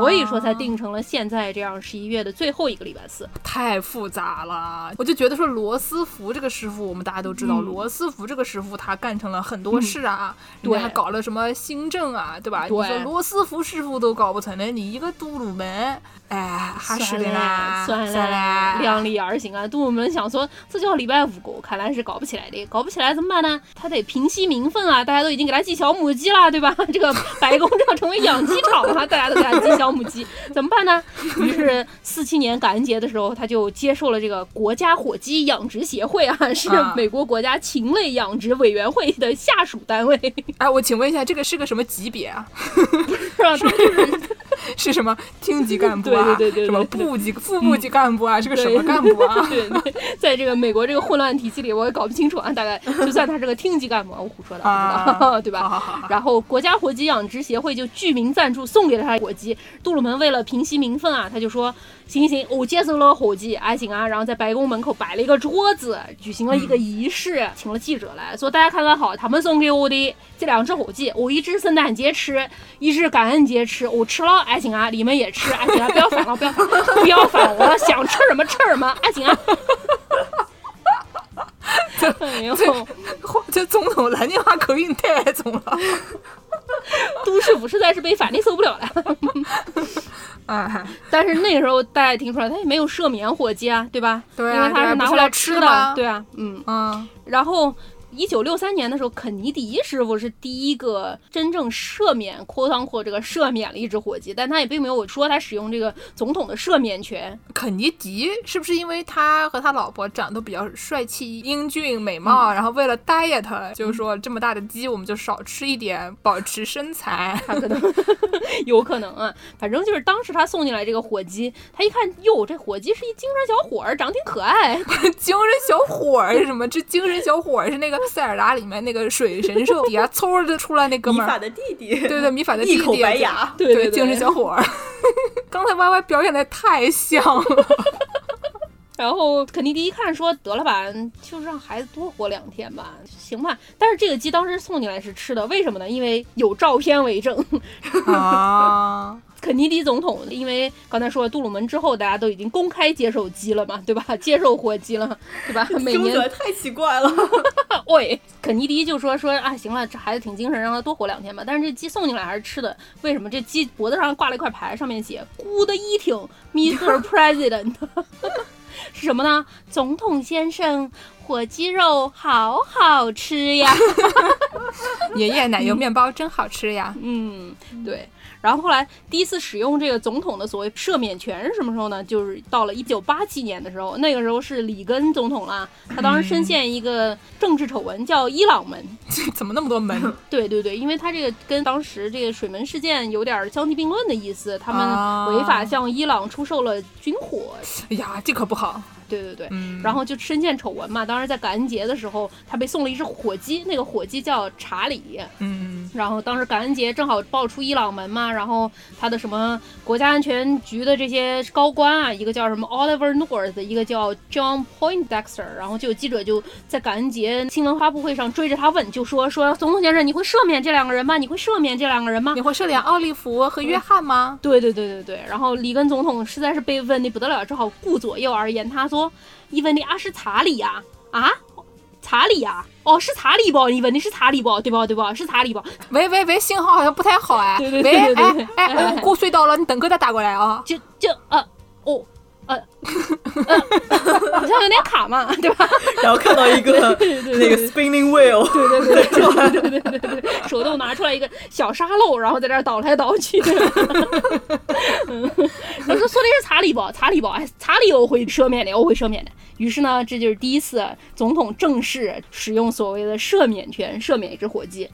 [SPEAKER 2] 所以说才定成了现在这样十一月的最后一个礼拜四。
[SPEAKER 1] 太复杂了。我就觉得说罗斯福这个师傅，我们大家都知
[SPEAKER 2] 嗯
[SPEAKER 1] 道，罗斯福这个师傅他干成了很多事啊，
[SPEAKER 2] 对
[SPEAKER 1] 人家还搞了什么新政啊，对吧？你
[SPEAKER 2] 嗯对
[SPEAKER 1] 说罗斯福师傅都搞不成了，你一个杜鲁门，哎，还是
[SPEAKER 2] 算
[SPEAKER 1] 的啦，
[SPEAKER 2] 算
[SPEAKER 1] 啊算啦
[SPEAKER 2] 量力而行啊。杜鲁门想说，这叫礼拜五狗，看来是搞不起来的。搞不起来怎么办呢？他得平息民愤啊！大家都已经给他寄小母鸡了，对吧？ 这个白宫要成为养鸡场了，大家都给他寄小母鸡，怎么办呢？于是四七年感恩节的时候，他就接受了这个国家火鸡养殖协会啊，是
[SPEAKER 1] 啊
[SPEAKER 2] 美国国家禽类养殖委员会的下属单位，
[SPEAKER 1] 哎，我请问一下，这个是个什么级别啊？
[SPEAKER 2] 让他们就是
[SPEAKER 1] 是什么厅级干部啊？
[SPEAKER 2] 对对对对对
[SPEAKER 1] 什么部级、副部级干部啊？是个什么干部啊？
[SPEAKER 2] 对对，在这个美国这个混乱体系里，我也搞不清楚啊。大概就算他是个厅级干部，我胡说的，我不知道，
[SPEAKER 1] 啊
[SPEAKER 2] 对吧？
[SPEAKER 1] 好好好，
[SPEAKER 2] 然后国家火鸡养殖协会就具名赞助送给了他火鸡。杜鲁门为了平息民愤啊，他就说：“行行行，我接受了火鸡，哎行啊。”然后在白宫门口摆了一个桌子，举行了一个仪式，请了记者来说：“大家看看好，他们送给我的这两只火鸡，我一只圣诞节吃，一只感恩节吃，我吃了，哎行啊，你们也吃，哎行啊，不要反了，不要反了，不要反了，想吃什么吃什么，哎行啊。”哎呦，
[SPEAKER 1] 这总统南京话口音太重了。
[SPEAKER 2] 都市府实在是被反的受不了了。
[SPEAKER 1] 哎，
[SPEAKER 2] 但是那个时候大家也听出来，他也没有赦免火鸡啊，对吧？
[SPEAKER 1] 对啊
[SPEAKER 2] 因为
[SPEAKER 1] 对
[SPEAKER 2] 他
[SPEAKER 1] 啊
[SPEAKER 2] 是拿
[SPEAKER 1] 不是
[SPEAKER 2] 回
[SPEAKER 1] 来
[SPEAKER 2] 来
[SPEAKER 1] 吃
[SPEAKER 2] 的
[SPEAKER 1] 的吗
[SPEAKER 2] 对啊，嗯。
[SPEAKER 1] 嗯，
[SPEAKER 2] 然后，一九六三年的时候，肯尼迪师傅是第一个真正赦免 “quote unquote” 这个赦免了一只火鸡，但他也并没有说他使用这个总统的赦免权。
[SPEAKER 1] 肯尼迪是不是因为他和他老婆长得比较帅气、英俊、美貌，然后为了 diet，就是说这么大的鸡我们就少吃一点，保持身材。
[SPEAKER 2] 他可能 有可能啊，反正就是当时他送进来这个火鸡，他一看，哟，这火鸡是一精神小伙儿，长挺可爱，
[SPEAKER 1] 精神小伙儿是什么？这精神小伙儿是那个塞尔达里面那个水神兽底下嗖儿就出来那哥
[SPEAKER 3] 米
[SPEAKER 1] 们儿
[SPEAKER 3] 法。的弟弟，
[SPEAKER 1] 对对，米法的弟
[SPEAKER 3] 一
[SPEAKER 1] 弟
[SPEAKER 3] 口白牙，
[SPEAKER 2] 对对
[SPEAKER 1] 对精神小伙儿。 刚才 Y Y 表演的太像了，
[SPEAKER 2] 然后肯尼迪一看说：“得了吧，就让孩子多活两天吧，行吧。”但是这个鸡当时送进来是吃的，为什么呢？因为有照片为证。
[SPEAKER 1] 啊，
[SPEAKER 2] 肯尼迪总统，因为刚才说了杜鲁门之后，大家都已经公开接受鸡了嘛，对吧？接受火鸡了，对吧？每
[SPEAKER 3] 听起
[SPEAKER 2] 年
[SPEAKER 3] 来太奇怪了。
[SPEAKER 2] 喂，肯尼迪就说说啊，行了，这孩子挺精神，让他多活两天吧。但是这鸡送进来还是吃的，为什么？这鸡脖子上挂了一块牌，上面写 “Good eating, Mr. President”，是什么呢？总统先生，火鸡肉好好吃呀。
[SPEAKER 5] 爷爷奶油面包真好吃呀！
[SPEAKER 2] 嗯，对。然后后来第一次使用这个总统的所谓赦免权是什么时候呢？就是到了一九八七年的时候，那个时候是里根总统啦，他当时深陷一个政治丑闻，叫伊朗门。
[SPEAKER 1] 怎么那么多门？
[SPEAKER 2] 对对对，因为他这个跟当时这个水门事件有点相提并论的意思，他
[SPEAKER 1] 啊
[SPEAKER 2] 们违法向伊朗出售了军火。
[SPEAKER 1] 哎呀，这可不好。
[SPEAKER 2] 对对对，
[SPEAKER 1] 嗯，
[SPEAKER 2] 然后就深陷丑闻嘛。当时在感恩节的时候，他被送了一只火鸡，那个火鸡叫查理。
[SPEAKER 1] 嗯，
[SPEAKER 2] 然后当时感恩节正好爆出伊朗门嘛，然后他的什么国家安全局的这些高官啊，一个叫什么 Oliver North，一个叫 John Poindexter，然后就有记者就在感恩节新闻发布会上追着他问，就说说总统先生，你会赦免这两个人吗？你会赦免这两个人吗
[SPEAKER 1] 你？会收敛奥利弗和
[SPEAKER 2] 嗯
[SPEAKER 1] 约翰吗？
[SPEAKER 2] 对对对对对，然后里根总统实在是被问的不得了，只好顾左右而言他，说：“伊文的啊是查理呀、啊，查理呀、哦是查理不？伊文的是查理不？对吧？对吧？是查理不？
[SPEAKER 1] 喂喂喂，信号好像不太好哎。
[SPEAKER 2] 对对对对对对
[SPEAKER 1] 喂，哎哎，我过隧道了，你等哥再打过来啊。
[SPEAKER 2] 就就呃哦呃呃， 好像有点卡嘛，对吧？
[SPEAKER 3] 然后看到一个那个 spinning wheel，对对对，就
[SPEAKER 2] 手动拿出来一个小沙漏，然后在这儿倒来倒去。 嗯他说说的是查理吧，查理吧，哎，查理我会赦免的，我会赦免的。于是呢，这就是第一次总统正式使用所谓的赦免权，赦免一只火鸡。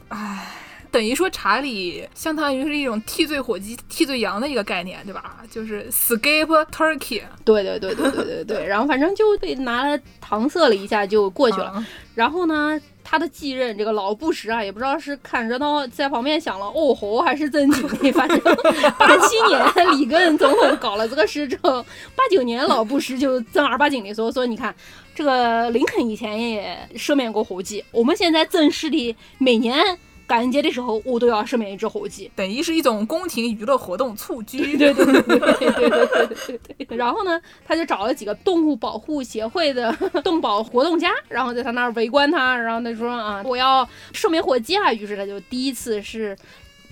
[SPEAKER 1] 等于说查理相当于是一种替罪火鸡、替罪羊的一个概念，对吧？就是 scape turkey
[SPEAKER 2] 对对对对对对对，然后反正就被拿来搪塞了一下就过去了。
[SPEAKER 1] 啊
[SPEAKER 2] 然后呢，他的继任这个老布什啊，也不知道是看热闹在旁边想了哦吼，还是真紧的。反正八七年里根总统搞了这个事之后，八九年老布什就正儿八经的说说，你看这个林肯以前也赦免过猴祭，我们现在正式的每年感恩节的时候，我都要赦免一只猴祭。
[SPEAKER 1] 等于是一种宫廷娱乐活动蹴鞠。
[SPEAKER 2] 对对对对对对对对对。然后呢，他就找了几个动物保护协会的动保活动家，然后在他那儿围观他，然后他说啊，我要赦免火鸡啊。于是他就第一次是。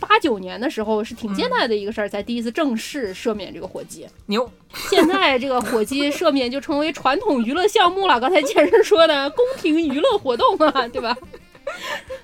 [SPEAKER 2] 八九年的时候是挺艰难的一个事儿，才第一次正式赦免这个火鸡。
[SPEAKER 1] 牛，
[SPEAKER 2] 现在这个火鸡赦免就成为传统娱乐项目了。刚才健身说的宫廷娱乐活动啊，对吧？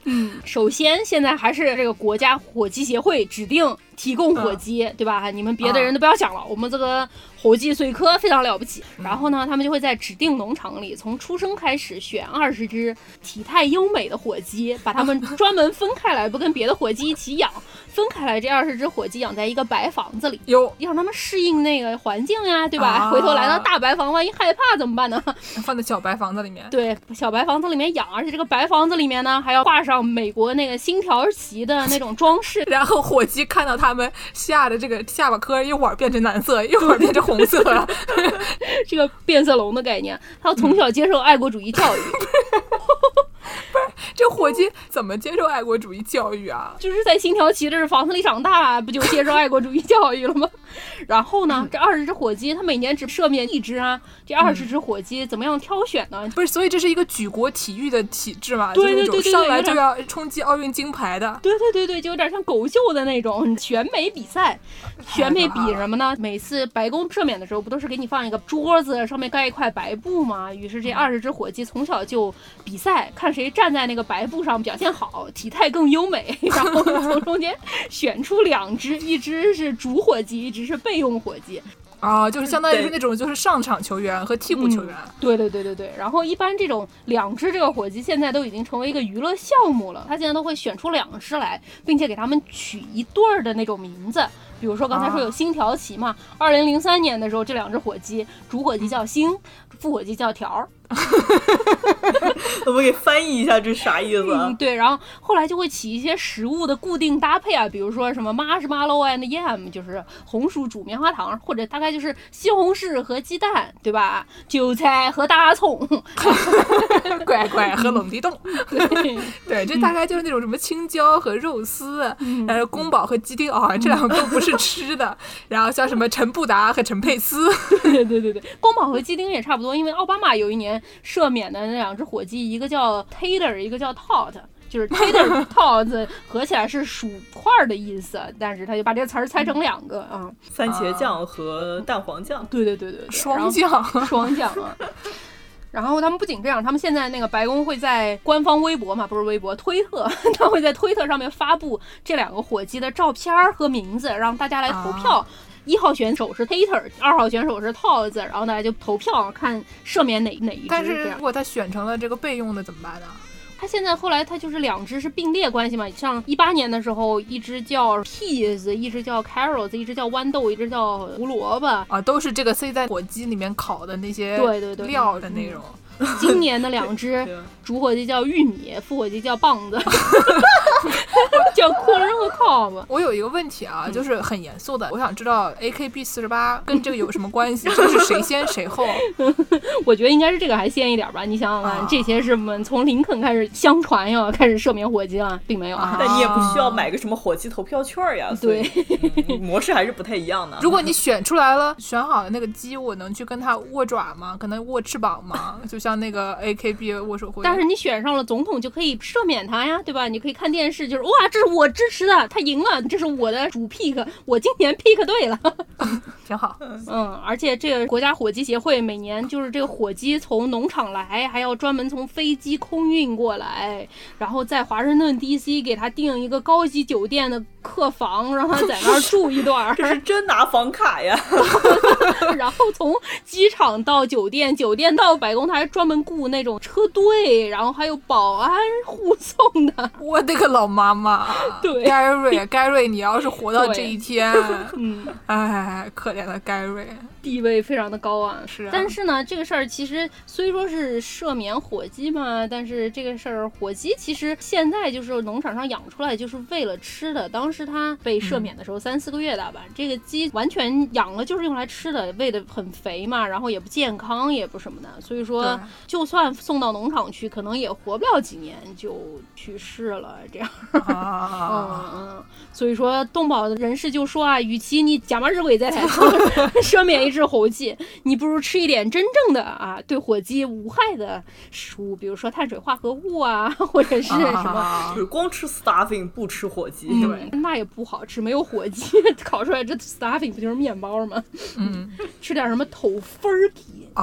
[SPEAKER 2] 嗯，首先现在还是这个国家火鸡协会指定提供火鸡，对吧？你们别的人都不要想了，我们这个火鸡水科非常了不起。然后呢，他们就会在指定农场里从出生开始选二十只体态优美的火鸡，把它们专门分开来，不跟别的火鸡一起养，分开来这二十只火鸡养在一个白房子里。
[SPEAKER 1] 有
[SPEAKER 2] 要让他们适应那个环境呀，对吧？
[SPEAKER 1] 啊
[SPEAKER 2] 回头来到大白房，万一害怕怎么办呢？
[SPEAKER 1] 放在小白房子里面。。
[SPEAKER 2] 对，小白房子里面养，而且这个白房子里面呢，还要挂上美国那个星条旗的那种装饰
[SPEAKER 1] 然后火鸡看到它们吓得这个下巴颏一会儿变成蓝色，一会儿变成红色，
[SPEAKER 2] 这个变色龙的概念，他要从小接受爱国主义教育，
[SPEAKER 1] 这火鸡怎么接受爱国主义教育啊？
[SPEAKER 2] 就是在星条旗这房子里长大，不就接受爱国主义教育了吗？ 然后呢，这二十只火鸡，它每年只赦免一只啊，这二十只火鸡怎么样挑选呢？
[SPEAKER 1] 不是，所以这是一个举国体育的体制嘛，
[SPEAKER 2] 对对
[SPEAKER 1] 就是那种
[SPEAKER 2] 对对
[SPEAKER 1] 上
[SPEAKER 2] 对
[SPEAKER 1] 来
[SPEAKER 2] 有
[SPEAKER 1] 就
[SPEAKER 2] 点
[SPEAKER 1] 要冲击奥运金牌的。
[SPEAKER 2] 对对对对，就有点像狗秀的那种选美比赛。选美比什么呢？每次白宫赦免的时候，不都是给你放一个桌子，上面盖一块白布吗？于是这二十只火鸡从小就比赛，看谁站在那个白布上表现好，体态更优美， 然后从中间选出两只，一只是主火鸡，一只是备用火鸡。
[SPEAKER 1] 啊，就是相当于是
[SPEAKER 3] 对
[SPEAKER 1] 那种就是上场球员和替补球员。
[SPEAKER 2] 对对对对对，然后一般这种两只这个火鸡现在都已经成为一个娱乐项目了，它现在都会选出两只来，并且给它们取一对儿的那种名字，比如说刚才说有星条旗嘛，二零零三年的时候这两只火鸡，主火鸡叫星，副火鸡叫条儿，
[SPEAKER 3] 我们给翻译一下这啥意思
[SPEAKER 2] 嗯
[SPEAKER 3] 啊？
[SPEAKER 2] 对，然后后来就会起一些食物的固定搭配啊，比如说什么 marshmallow and yam，就是红薯煮棉花糖，或者大概就是西红柿和鸡蛋，对吧？韭菜和大葱， 嗯
[SPEAKER 1] 乖乖和冷地冻，
[SPEAKER 2] 对。嗯
[SPEAKER 1] 对，这大概就是那种什么青椒和肉丝，呃，宫保和鸡丁啊，这两个都不是吃的，
[SPEAKER 2] 嗯
[SPEAKER 1] 然后像什么陈布达和陈佩斯，
[SPEAKER 2] 对对对对，宫保和鸡丁也差不多，因为奥巴马有一年赦免的那两只火鸡，一个叫 Tater，一个叫 Tot。就是 tater tot 合起来是薯块儿的意思，但是他就把这个词儿拆成两个啊、
[SPEAKER 3] 番茄酱和蛋黄酱，
[SPEAKER 2] 对对对对，对然
[SPEAKER 1] 双
[SPEAKER 2] 后
[SPEAKER 1] 降，
[SPEAKER 2] 双降啊。然后他们不仅这样，他们现在那个白宫会在官方微博嘛，不是微博，推特， 他会在推特上面发布这两个火鸡的照片儿和名字，让大家来投票。
[SPEAKER 1] 啊
[SPEAKER 2] 一号选手是 Tater，二号选手是 Toz，然后大家就投票看赦免哪哪一只。
[SPEAKER 1] 但是
[SPEAKER 2] 这样
[SPEAKER 1] 如果他选成了这个备用的怎么办呢？
[SPEAKER 2] 它现在后来它就是两只是并列关系嘛，像一八年的时候，一只叫 peas，一只叫 carrots，一只叫豌豆，一只叫胡萝卜。
[SPEAKER 1] 啊，都是这个塞在火鸡里面烤的那些
[SPEAKER 2] 对对对
[SPEAKER 1] 料的内容。
[SPEAKER 2] 今年的两只
[SPEAKER 3] 对啊
[SPEAKER 2] 主火鸡叫玉米，副火鸡叫棒子， 叫昆和 cob。
[SPEAKER 1] 我有一个问题
[SPEAKER 2] 嗯
[SPEAKER 1] 啊，就是很严肃的，我想知道 AKB 四十八跟这个有什么关 系？就是谁先谁后？
[SPEAKER 2] 我觉得应该是这个还鲜一点吧。你想想看，
[SPEAKER 1] 啊
[SPEAKER 2] 这些是我们从林肯开始相传要开始赦免火鸡了，并没有啊
[SPEAKER 1] 啊。
[SPEAKER 3] 但你也不需要买个什么火鸡投票券呀，所以嗯模式还是不太一样的。
[SPEAKER 1] 如果你选出来了，选好了那个鸡，我能去跟它握爪吗？跟它握翅膀吗？就像那个 AKB 握手会。
[SPEAKER 2] 但是你选上了总统，就可以赦免他呀，对吧？你可以看电视，就是哇，这是我支持的，他赢了，这是我的主 pick，我今年 pick 对了。
[SPEAKER 1] 挺好，
[SPEAKER 2] 嗯，而且这个国家火鸡协会每年就是这个火鸡从农场来，还要专门从飞机空运过来，然后在华盛顿 DC 给他订一个高级酒店的客房，让他在那儿住一段儿。
[SPEAKER 3] 这是真拿房卡呀，
[SPEAKER 2] 然后从机场到酒店，酒店到白宫，他还专门雇那种车队，然后还有保安护送的。
[SPEAKER 1] 我的个老妈妈！
[SPEAKER 2] 对
[SPEAKER 1] 盖瑞，盖瑞，你要是活到这一天，
[SPEAKER 2] 嗯，
[SPEAKER 1] 哎，可怜的盖瑞，
[SPEAKER 2] 地位非常的高啊。
[SPEAKER 1] 是啊
[SPEAKER 2] 但是呢，这个事儿其实虽说是赦免火鸡嘛，但是这个事儿火鸡其实现在就是农场上养出来就是为了吃的。当时它被赦免的时候三四个月大吧，这个鸡完全养了就是用来吃的，喂的很肥嘛，然后也不健康，也不什么的，所以说
[SPEAKER 1] 对
[SPEAKER 2] 就算送到农场去，可能也活不了几年就去世了，这样。
[SPEAKER 1] 啊，
[SPEAKER 2] 嗯，嗯，所以说动保的人士就说啊，与其你假冒日鬼在 台上赦免一只猴鸡，你不如吃一点真正的啊，对火鸡无害的食物，比如说碳水化合物啊， 或者是什么。
[SPEAKER 1] 啊
[SPEAKER 3] 就是光吃 stuffing 不吃火鸡。
[SPEAKER 2] 啊嗯，那也不好吃，没有火鸡 烤出来这 stuffing 不就是面包吗？
[SPEAKER 1] 嗯，
[SPEAKER 2] 吃点什么头分儿鸡，
[SPEAKER 1] 哦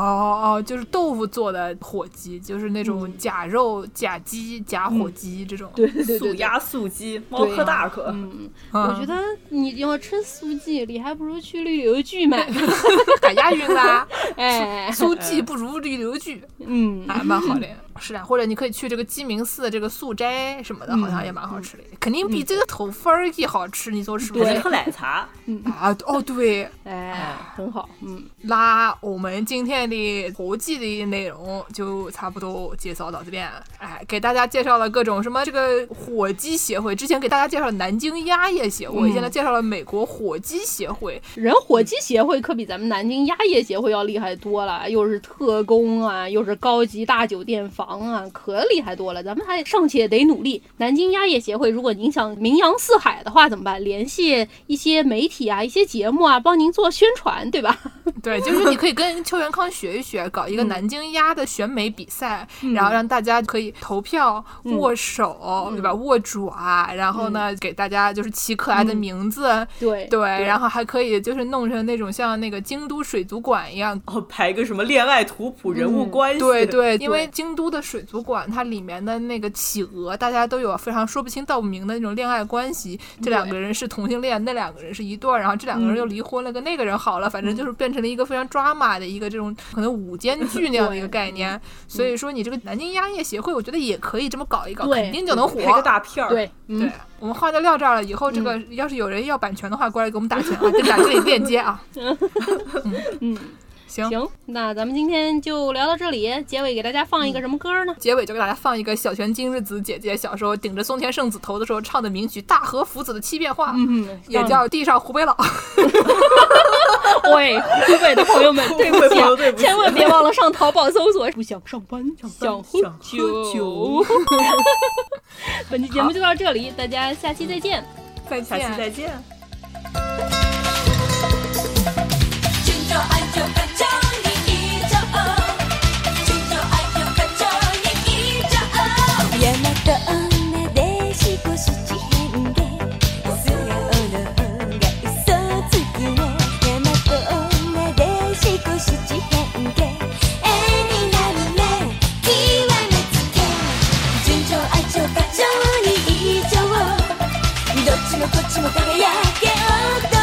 [SPEAKER 1] 哦，就是豆腐做的火鸡，就是那种假肉、假鸡、假火鸡这种。
[SPEAKER 2] 嗯对对对
[SPEAKER 3] 素
[SPEAKER 2] 对对，
[SPEAKER 3] 鸭、素鸡、猫科大可，
[SPEAKER 2] 嗯，
[SPEAKER 1] 嗯
[SPEAKER 2] 我觉得你要吃素鸡，你还不如去绿柳剧买，
[SPEAKER 1] 打押韵啦，
[SPEAKER 2] 哎，
[SPEAKER 1] 苏记不如绿柳居，
[SPEAKER 2] 嗯，
[SPEAKER 1] 还啊蛮好的。是啊，或者你可以去这个鸡鸣寺这个素斋什么的，好像也蛮好吃的，肯定比这个头分儿鸡好吃，你说是不
[SPEAKER 3] 还是
[SPEAKER 1] 是？
[SPEAKER 3] 喝奶茶。
[SPEAKER 1] 啊，哦对。
[SPEAKER 2] 哎，很好，嗯。
[SPEAKER 1] 那我们今天的国际的内容就差不多介绍到这边。哎，给大家介绍了各种什么这个火鸡协会，之前给大家介绍了南京鸭业协会，现在介绍了美国火鸡协会。
[SPEAKER 2] 人火鸡协会可比咱们南京鸭业协会要厉害多了，又是特工啊，又是高级大酒店房啊，可厉害多了。咱们还尚且得努力。南京鸭业协会，如果您想名扬四海的话，怎么办？联系一些媒体啊，一些节目啊，帮您做宣传，对吧？
[SPEAKER 1] 对，就是你可以跟邱元康学一学，搞一个南京鸭的选美比赛，然后让大家可以投票、握手，对吧？握爪，然后呢，给大家就是起可爱的名字，
[SPEAKER 2] 对
[SPEAKER 1] 对，然后还可以就是弄成那种像那个京都水族馆一样。
[SPEAKER 3] 哦，排个什么恋爱图谱、人
[SPEAKER 2] 嗯
[SPEAKER 3] 物关系，
[SPEAKER 1] 对对，因为京都的水族馆，它里面的那个企鹅，大家都有非常说不清道不明的那种恋爱关系。这两个人是同性恋，那两个人是一对儿，然后这两个人又离婚了，跟那个人好了，反正就是变成了一个非常 drama 的一个这种可能午间剧那样的一个概念。 所以说，你这个南京鸭业协会，我觉得也可以这么搞一搞，
[SPEAKER 2] 对
[SPEAKER 1] 肯定就能火。
[SPEAKER 3] 拍个大片儿。
[SPEAKER 2] 对，嗯
[SPEAKER 1] 对，我们话就撂这儿了。以后这个要是有人要版权的话，过来给我们打钱啊，就打这里链接啊。
[SPEAKER 2] 嗯，
[SPEAKER 1] 行，
[SPEAKER 2] 行，那咱们今天就聊到这里，结尾给大家放一个什么歌呢？
[SPEAKER 1] 结尾就给大家放一个小泉今日子姐姐小时候顶着松田圣子头的时候唱的名曲《大和福子的七变化》，
[SPEAKER 2] 嗯，
[SPEAKER 1] 也叫《地上湖北 佬》。
[SPEAKER 2] 喂，湖北的朋友们， 对不
[SPEAKER 3] 湖北
[SPEAKER 2] 起
[SPEAKER 3] 朋
[SPEAKER 2] 啊
[SPEAKER 3] 友对，不起
[SPEAKER 2] 千万别忘了上淘宝搜索“不想上班，想
[SPEAKER 3] 想
[SPEAKER 2] 喝
[SPEAKER 3] 想喝
[SPEAKER 2] 酒
[SPEAKER 3] 酒，”。
[SPEAKER 2] 本期节目就到这里，大家下期再见。
[SPEAKER 1] 再
[SPEAKER 3] 下期再见。
[SPEAKER 6] ちも輝けあった